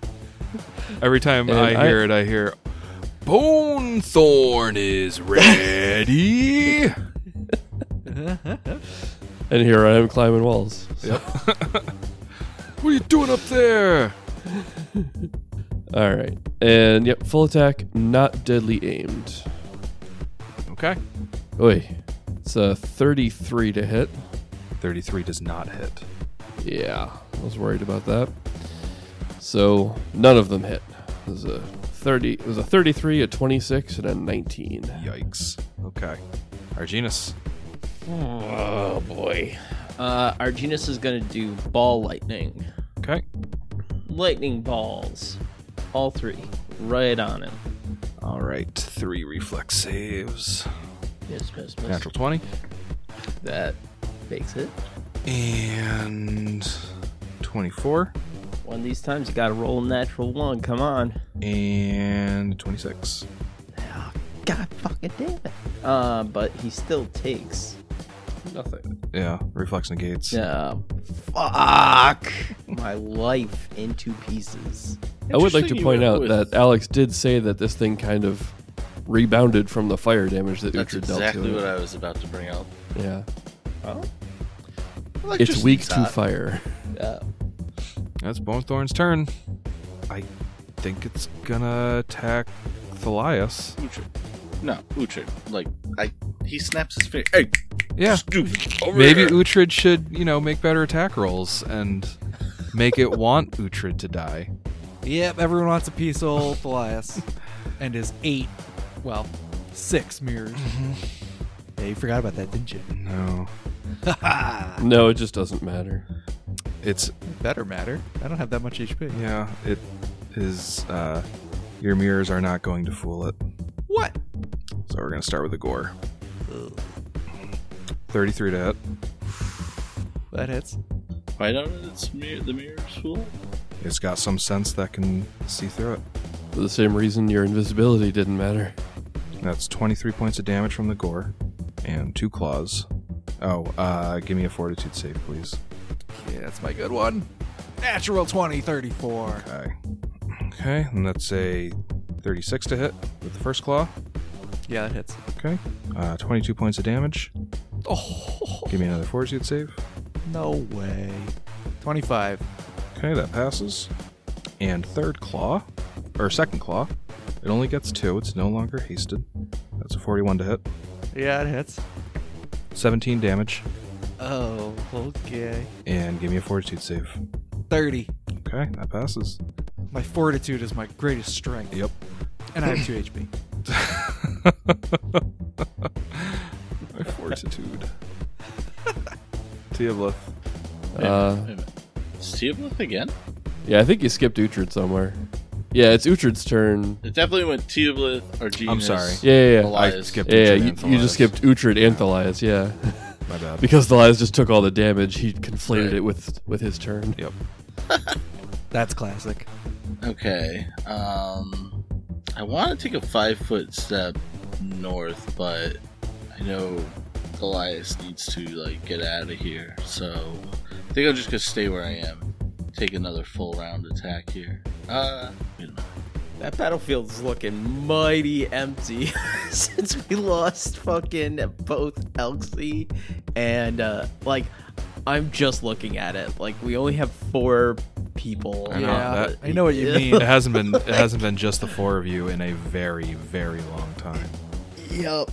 Every time And I I- hear it, I hear Bone Thorn is ready. And here I am climbing walls. what are you doing up there? All right, and yep, full attack, not deadly aimed. Okay. Oi, it's a 33 to hit. 33 does not hit. Yeah, I was worried about that. So none of them hit. It was a thirty. It was a thirty-three, a twenty-six, and a nineteen. Yikes. Okay. Arginus. Oh boy. Uh, Arginus is gonna do ball lightning. Okay. Lightning balls. All three. Right on him. All right. Three reflex saves. Yes, yes, yes. Natural 20. That makes it. And 24. One of these times you gotta roll a natural one. Come on. And 26. God fucking damn it. Uh, but he still takes. Nothing. Yeah. Reflex negates. Uh, fuck my life into pieces. I would like to Interesting you point went out with- that Alex did say that this thing kind of rebounded from the fire damage that That's Uhtred exactly dealt what to I was about to bring up. it. yeah, it's Electricity's weak to hot. fire. Uh, That's Bonethorn's turn. I think it's gonna attack Thalias. Uhtred. No, Uhtred. Like, I, he snaps his finger. Hey, Yeah. stupid. Over Maybe here. Uhtred should, you know, make better attack rolls and make it want Uhtred to die. yep, everyone wants a piece of old Thalias. and his eight, well, six mirrors. Yeah, you forgot about that, didn't you? No. No, it just doesn't matter. It's Better matter. I don't have that much HP. yeah, it is uh your mirrors are not going to fool it. What? So we're gonna start with the gore. Thirty-three to hit. That hits. Why don't it's mir- the mirror's fool? It's got some sense that can see through it. For the same reason your invisibility didn't matter. That's twenty-three points of damage from the gore, and two claws. Oh, uh, give me a fortitude save, please. Yeah, that's my good one. Natural 20, 34. Okay. Okay, and that's a 36 to hit with the first claw. Yeah, that hits. Okay. Uh, 22 points of damage. Oh, Give me another fortitude save. no way. 25. Okay, that passes. And third claw, or second claw, it only gets two. It's no longer hasted. That's a 41 to hit. Yeah, it hits. 17 damage, Oh, okay. and give me a fortitude save. 30. Okay, that passes. My fortitude is my greatest strength. Yep. And I have 2 HP. My fortitude. Teoblith. Uh, Teoblith again? yeah, I think you skipped Uhtred somewhere. Yeah, it's Uhtred's turn. It definitely went Teoblith or Genius. I'm sorry. Yeah, yeah, yeah. I Elias. skipped Yeah, Uhtred you, and you Thalias. just skipped Uhtred and Thalias, yeah. My bad. Because Thalias just took all the damage, he conflated Right. it with with his turn. Yep. That's classic. Okay. Um, I want to take a five foot step north, but I know Goliath needs to like get out of here, so I think I'm just gonna stay where I am. Take another full round attack here. Uh, wait a minute. That battlefield's looking mighty empty since we lost fucking both Elxie and uh like I'm just looking at it. Like we only have four people. I know, uh, that- I know what you yeah. mean. It hasn't been it hasn't been just the four of you in a very very long time. Yep.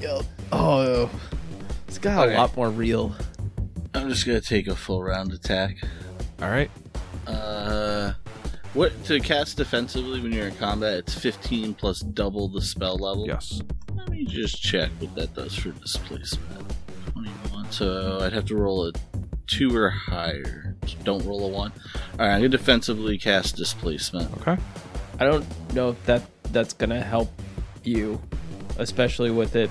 Yep. Oh. It's got Okay. a lot more real. I'm just gonna take a full round attack. All right. Uh, what to cast defensively when you're in combat? It's 15 plus double the spell level. Yes. Let me just check what that does for displacement. 21. So I'd have to roll a two or higher. Don't roll a one. All right, I'm gonna defensively cast displacement. Okay. I don't know if that that's gonna help you, especially with it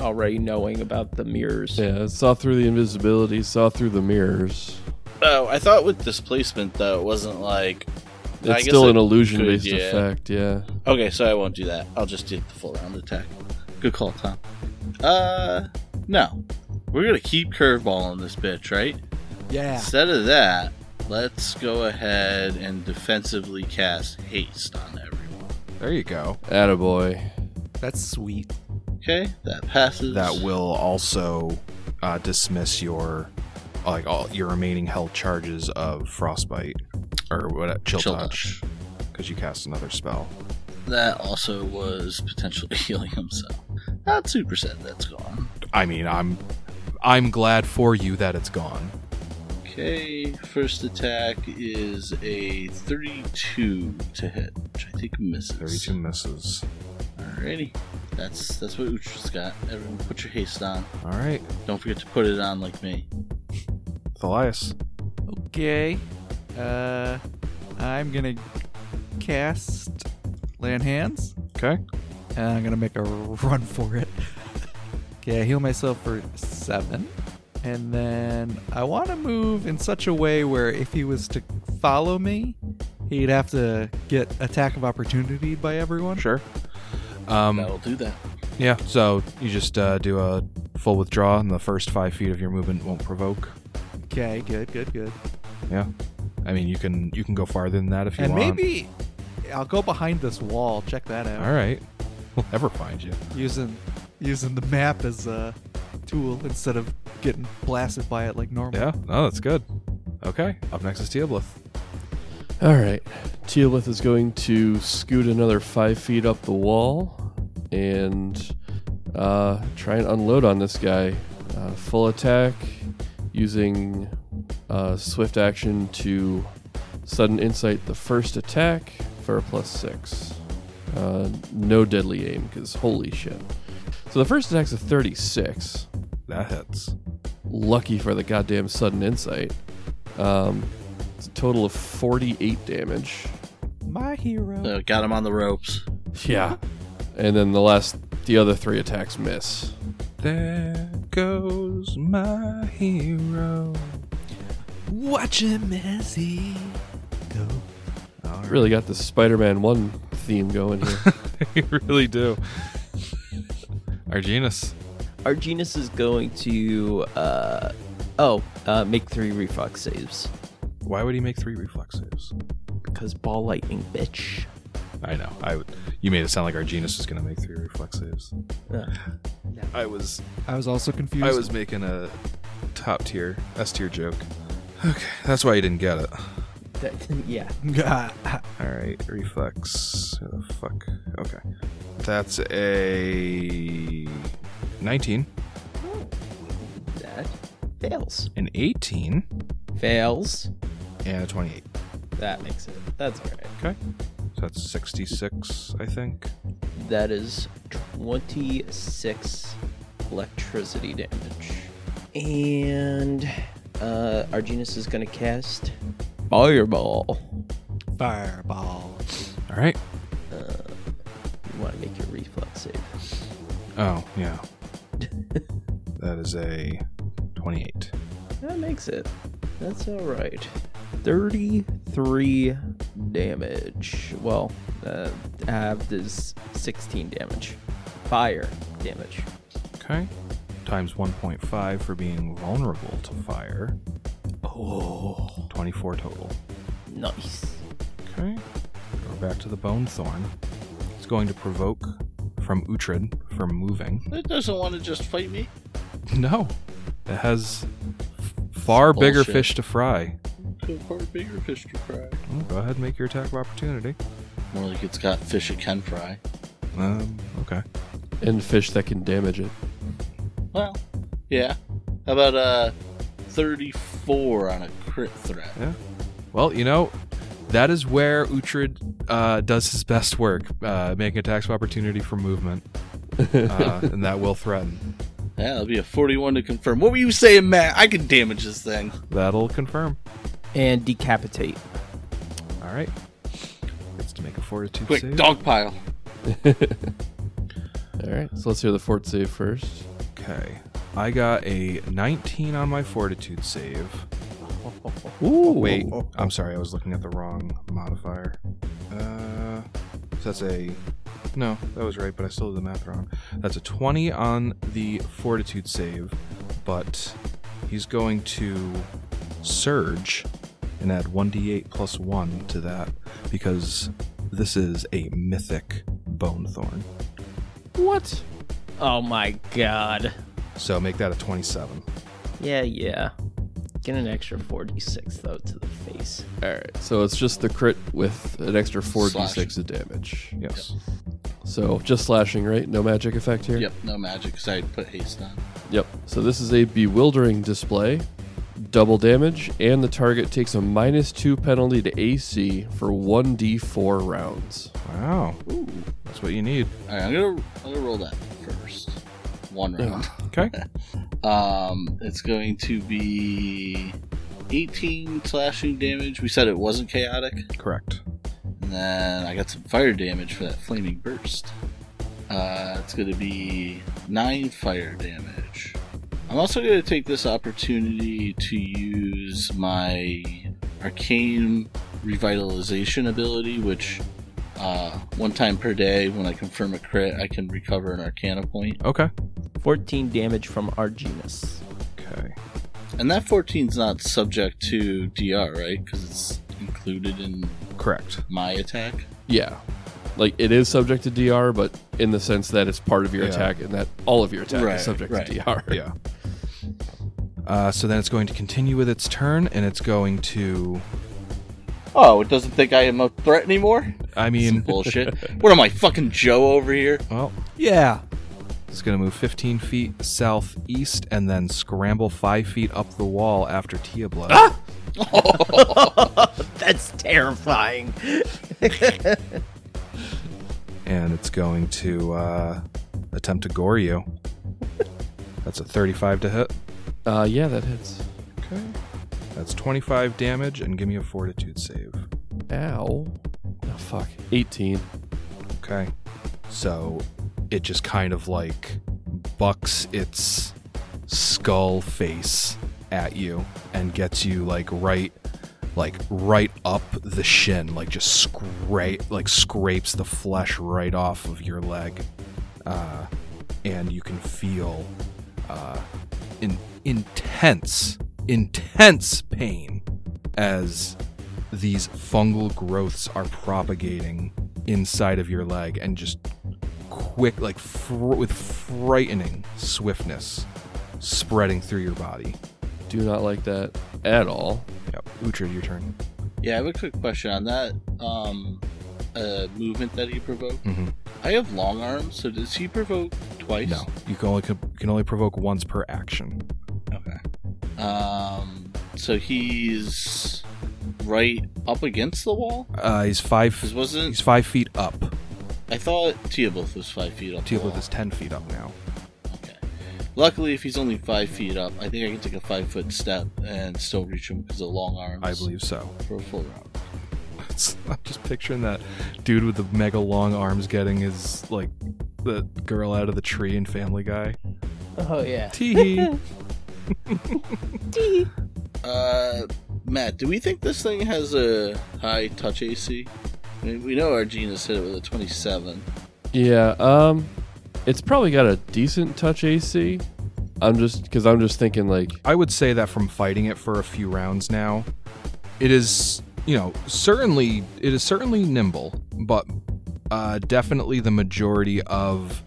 already knowing about the mirrors. Yeah, saw through the invisibility, saw through the mirrors. Oh, I thought with displacement though it wasn't like. I It's guess still it an illusion based could, yeah. effect, yeah. Okay, so I won't do that. I'll just do the full round attack. Good call, Tom. Uh, no, we're gonna keep curveballing this bitch, right? Yeah. Instead of that, let's go ahead and defensively cast haste on everyone. There you go. Attaboy. That's sweet. Okay, that passes. That will also uh, dismiss your like all your remaining held charges of frostbite or what chill, Chill touch because you cast another spell. That also was potentially healing himself. Not super sad that's gone. I mean, I'm I'm glad for you that it's gone. Okay, first attack is a 32 to hit, which I think misses. 32 misses. Alrighty. That's that's what Utra's got. Everyone put your haste on. All right, Don't forget to put it on like me. Thalias. Okay. Uh, I'm gonna cast land hands, Okay. and I'm gonna make a run for it. okay, I heal myself for seven, and then I want to move in such a way where if he was to follow me, he'd have to get attack of opportunity by everyone. Sure. Um, That'll do that. Yeah. So you just uh, do a full withdraw, and the first five feet of your movement won't provoke. Okay, good, good, good. Yeah. I mean, you can you can go farther than that if you and want. maybe I'll go behind this wall. Check that out. All right. We'll never find you. using using the map as a tool instead of getting blasted by it like normal. Yeah. No, that's good. Okay. Up next is Teoblith. Alright. Teolith is going to scoot another five feet up the wall and uh, try and unload on this guy. Uh, full attack using uh, swift action to sudden insight the first attack for a plus six. Uh, no deadly aim, because holy shit. So the first attack's a 36 That hits. lucky for the goddamn sudden insight. Um, it's a total of 48 damage. My hero. Uh, got him on the ropes. Yeah. And then the last, the other three attacks miss. There goes my hero. Watch him as he go. All right. Really got the Spider Man 1 theme going here. you really do. Arginus. Arginus is going to uh oh, uh make three reflex saves. Why would he make three reflex saves? Because ball lightning, bitch. I know. I would. You made it sound like Arginus was going to make three reflex saves. Yeah. I was I was also confused. I was making a top tier, S tier joke. Okay, that's why you didn't get it. That- yeah. Ah, All right, reflex. Who the fuck? Okay, that's a nineteen, That fails. an eighteen, Fails. and a twenty-eight. That makes it. That's alright. Okay, so that's sixty-six, I think. That is 26 electricity damage. And uh, Arginus is going to cast Fireball. Fireball. All right. You want to make your reflex save. Oh yeah, that is a twenty-eight. That makes it. That's all right. 33 three damage. Well, uh, halved is 16 damage. Fire damage. Okay. Times 1.5 for being vulnerable to fire. Oh. 24 total. Nice. Okay. Go back to the bone thorn. It's going to provoke from Uhtred from moving. It doesn't want to just fight me. No. It has far bigger Bullshit. fish to fry. To a far bigger fish to fry. Well, go ahead and make your attack of opportunity. More like it's got fish it can fry. Um, okay. And fish that can damage it. Well, yeah. How about uh, 34 on a crit threat? Well, you know, that is where Uhtred uh, does his best work, uh, making attacks of opportunity for movement, uh, and that will threaten. Yeah, that'll be a 41 to confirm. What were you saying, Matt? I can damage this thing. That'll confirm. And decapitate. All right. Gets to make a fortitude Quick, save. dog pile. All right, so let's hear the fort save first. Okay. I got a 19 on my fortitude save. Ooh. Wait, I'm sorry, I was looking at the wrong modifier. Uh, so that's a. No, that was right, but I still did the math wrong. That's a 20 on the fortitude save, but he's going to surge and add 1d8 plus 1 to that because this is a mythic bone thorn. What? Oh my god. So make that a 27. Yeah, yeah. Get an extra 46 though to the face. All right, so it's just the crit with an extra Slash. 4d6 of damage. Yes. So just slashing, right? No magic effect here? Yep, no magic because I put haste on. Yep. So this is a bewildering display. Double damage, and the target takes a minus two penalty to AC for 1d4 rounds. Wow. That's what you need. All right, I'm gonna I'm gonna roll that first. One round. Okay. Um, it's going to be 18 slashing damage. We said it wasn't chaotic, Correct. and then I got some fire damage for that flaming burst. Uh, it's going to be nine fire damage. I'm also going to take this opportunity to use my arcane revitalization ability, which uh, one time per day, when I confirm a crit, I can recover an arcana point. Okay. 14 damage from Arginus. Okay. And that 14's not subject to DR, right? Because it's included in Correct. my attack. Yeah. Like it is subject to DR, but in the sense that it's part of your Yeah. attack and that all of your attack Right, is subject right. to DR. Yeah. Uh, so then it's going to continue with its turn, and it's going to. Oh, it doesn't think I am a threat anymore? I Some mean, bullshit. What am I, fucking Joe over here? well, Yeah. it's going to move 15 feet southeast and then scramble 5 feet up the wall after Tia Blood. That's terrifying. And it's going to uh, attempt to gore you. That's a 35 to hit. Uh, yeah, that hits. Okay. That's 25 damage, and give me a fortitude save. Ow. Oh, fuck. 18. Okay. So it just kind of like bucks its skull face at you and gets you like right like right up the shin, like just scrape like scrapes the flesh right off of your leg. Uh and you can feel uh in intense intense pain as these fungal growths are propagating inside of your leg and just quick like fr- with frightening swiftness spreading through your body Do not like that at all. yep Uhtred, your turn Yeah, I have a quick question on that um, uh, movement that he provoked. Mhm. I have long arms, so does he provoke twice? no you can only you can only provoke once per action Okay. Um, so he's right up against the wall? uh he's five Because wasn't. he's five feet up I thought Teoboth was five feet up. the Teobloth wall. is ten feet up now Okay. Luckily, if he's only five feet up, I think I can take a five foot step and still reach him because of the long arms. i believe so For a full round. i'm just picturing that dude with the mega long arms getting his like the girl out of the tree in family guy Oh yeah. tee Uh, Matt, do we think this thing has a high touch AC? I mean, we know our genus hit it with a 27. Yeah, um, it's probably got a decent touch AC. I'm just because I'm just thinking like I would say that from fighting it for a few rounds now, it is, you know, certainly it is certainly nimble, but uh, definitely the majority of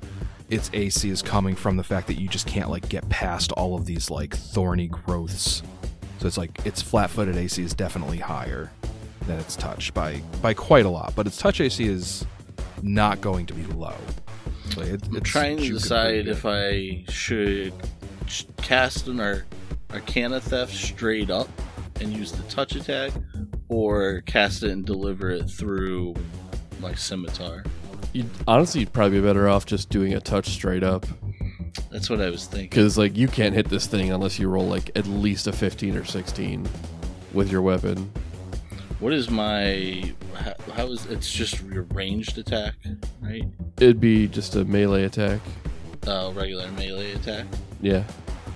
its AC is coming from the fact that you just can't like get past all of these like thorny growths. So it's like its flat-footed AC is definitely higher than its touch by by quite a lot, but its touch AC is not going to be low. So it- I'm it's trying to juking pretty decide good. if I should sh- cast an Ar- Arcana Theft straight up and use the touch attack, or cast it and deliver it through my scimitar. you'd, honestly you'd probably be better off just doing a touch straight up That's what I was thinking. because like you can't hit this thing unless you roll like at least a 15 or 16 with your weapon. What is my. How, how is. It's just your ranged attack, right? It'd be just a melee attack. Uh, regular melee attack. Yeah,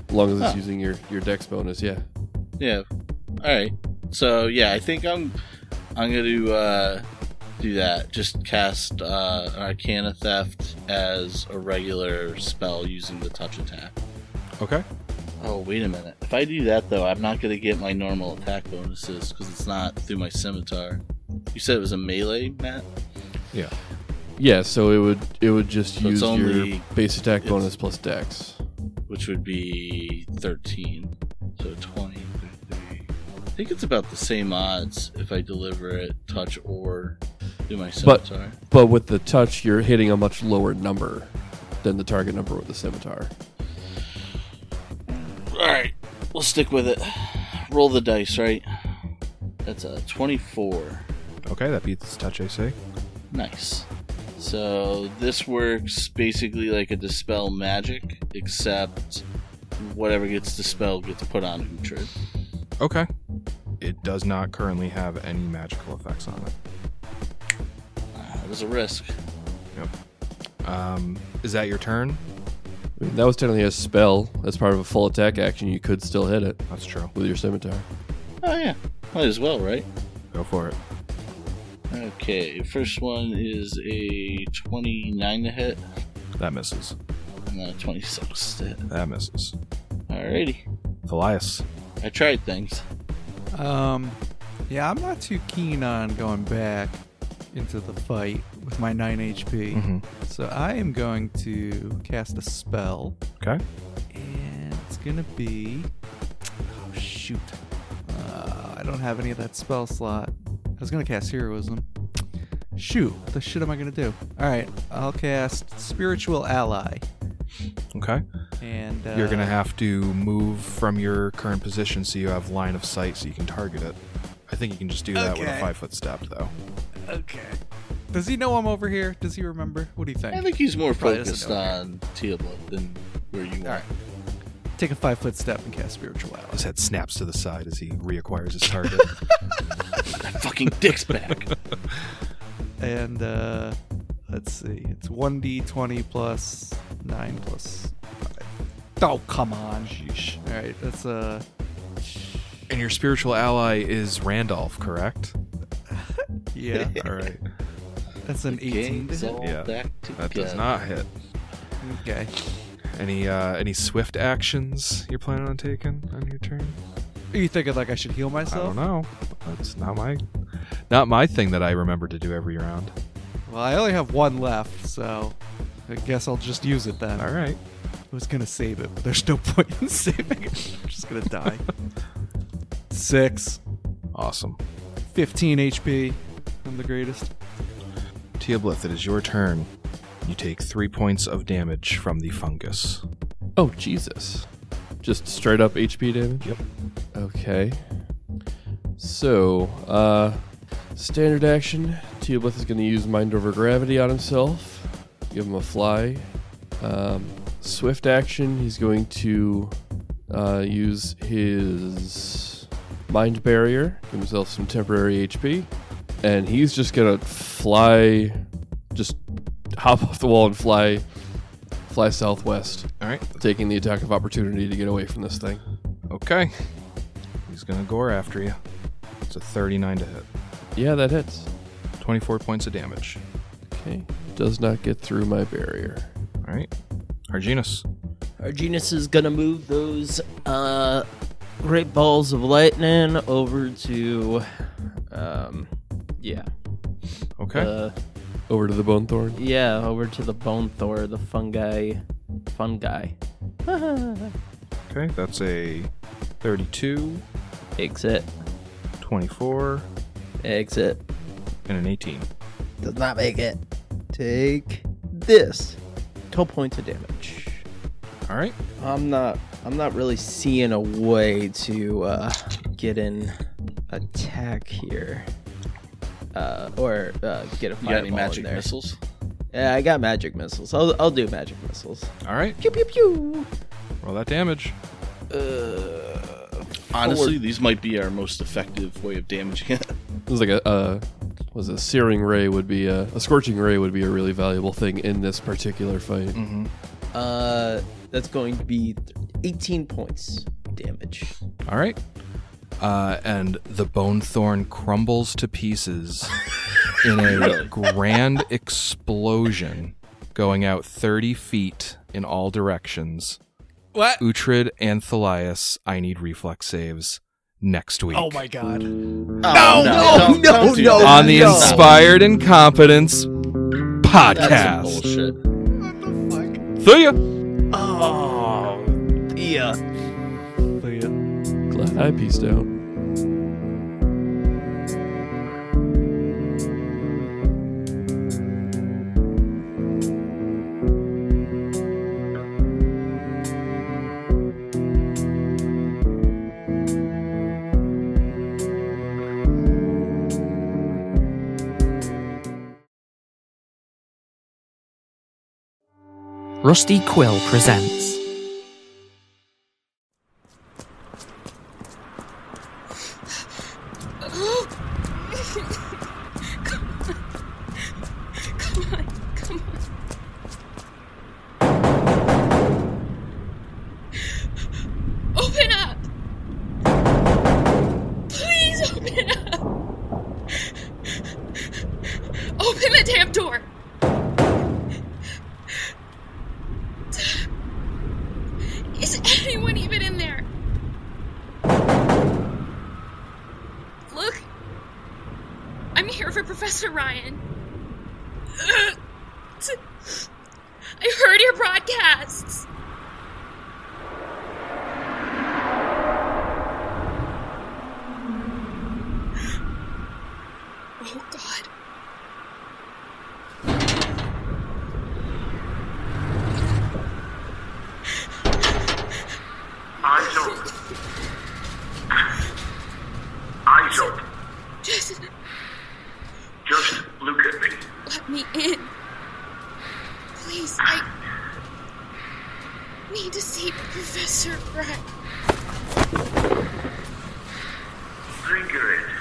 as long as it's Huh. using your your dex bonus. Yeah. Yeah. All right. So yeah, I think I'm I'm gonna uh, do that. Just cast uh, an Arcana Theft as a regular spell using the touch attack. Okay. Oh wait a minute. If I do that though, I'm not gonna get my normal attack bonuses because it's not through my scimitar. You said it was a melee, Matt. Yeah, so it would it would just So it's use only- your base attack it's- bonus plus dex. which would be 13. So 20, 33. I think it's about the same odds if I deliver it, touch, or do my But- scimitar. But with the touch, you're hitting a much lower number than the target number with the scimitar. Alright, we'll stick with it. Roll the dice, right? That's a 24. Okay, that beats its touch AC. Nice. So this works basically like a dispel magic, except whatever gets dispelled gets put on Uhtred. Okay. It does not currently have any magical effects on it. Uh, there's a risk. Um, is that your turn? I mean, that was technically a spell as part of a full attack action. You could still hit it That's true. with your scimitar. Oh yeah, might as well, right? Go for it. Okay, first one is a 29 to hit That misses. and a 26 to hit. That misses. Alrighty. Thalias. I tried things. Um, yeah, I'm not too keen on going back into the fight with my 9 HP. Mm-hmm. So I am going to cast a spell. Okay. And it's going to be. Oh, shoot. Uh, I don't have any of that spell slot. I was going to cast Heroism. Shoot. What the shit am I going to do? All right. I'll cast Spiritual Ally. Okay. And uh, You're gonna have to move from your current position so you have line of sight so you can target it. I think you can just do that with a Okay. five foot step though. Okay. Does he know I'm over here? Does he remember? What do you think? I think he's more Probably doesn't focused know. on Teoblood than where you are. Alright. Take a five foot step and cast Spiritual Ally. His head snaps to the side as he reacquires his target. Fucking dick's back. and uh, let's see, it's one d twenty plus nine plus. Five. Oh come on! Sheesh. All right, that's uh, and your spiritual ally is Randolph, correct? yeah, All right. that's an eighteen. Gang's all Yeah, back That does together. not hit. Okay. Any uh, any swift actions you're planning on taking on your turn? Are you thinking like I should heal I don't myself? know. That's not my not my thing that I remember to do every round. Well, I only have one left, so I guess I'll just use it then. All right. I was gonna save it, but there's no point in saving it. I'm just gonna die. Six. Awesome. 15 HP. I'm the greatest. Teoblith, it is your turn. You take three points of damage from the fungus. Oh Jesus! Just straight up HP damage. Yep. Okay. So, uh, standard action. Teoblith is going to use Mind Over Gravity on himself. Give him a fly. Um, swift action. He's going to uh, use his Mind Barrier. Give himself some temporary HP, and he's just going to fly. Just hop off the wall and fly. Fly southwest All right. taking the attack of opportunity to get away from this thing. Okay. He's going to gore after you. It's a 39 to hit. Yeah, that hits. 24 points of damage. Okay. Does not get through my barrier. All right. Arginus. Arginus is gonna move those uh, great balls of lightning over to, um, yeah, Okay. uh, Over to the bone thorn. yeah, over to the bone thor, the fungi, fungi. okay. That's a 32, Exit, 24, exit. and an 18. Does not make it. Take this. Twelve points of damage. All right. I'm not. I'm not really seeing a way to uh, get an attack here, uh, or uh, You get a got fireball any magic in there. missiles? Yeah, I got magic missiles. I'll, I'll do magic missiles. All right. Pew pew pew. Roll that damage. Uh, Honestly, these might be our most effective way of damaging it. It was like a, uh, was a searing ray would be a, a scorching ray would be a really valuable thing in this particular fight. uh, that's going to be 18 points damage. All right. Uh, and the bone thorn crumbles to pieces in a grand explosion going out 30 feet in all directions. What? Uhtred and Thalias, I need reflex saves next week. Oh my god. Oh, no, no, no, no, do no. that. On the No. Inspired Incompetence That's some podcast. bullshit. See ya. Oh, yeah. Glad I pieced out. Rusty Quill presents. Open up! Please open up! Open the damn door! Is anyone even in there? Look! I'm here for Professor Ryan. I heard your broadcasts! Oh god. Eyes Eyes open. Just Just look at me. let me in. Please, I need to see Professor Brett. Finger it.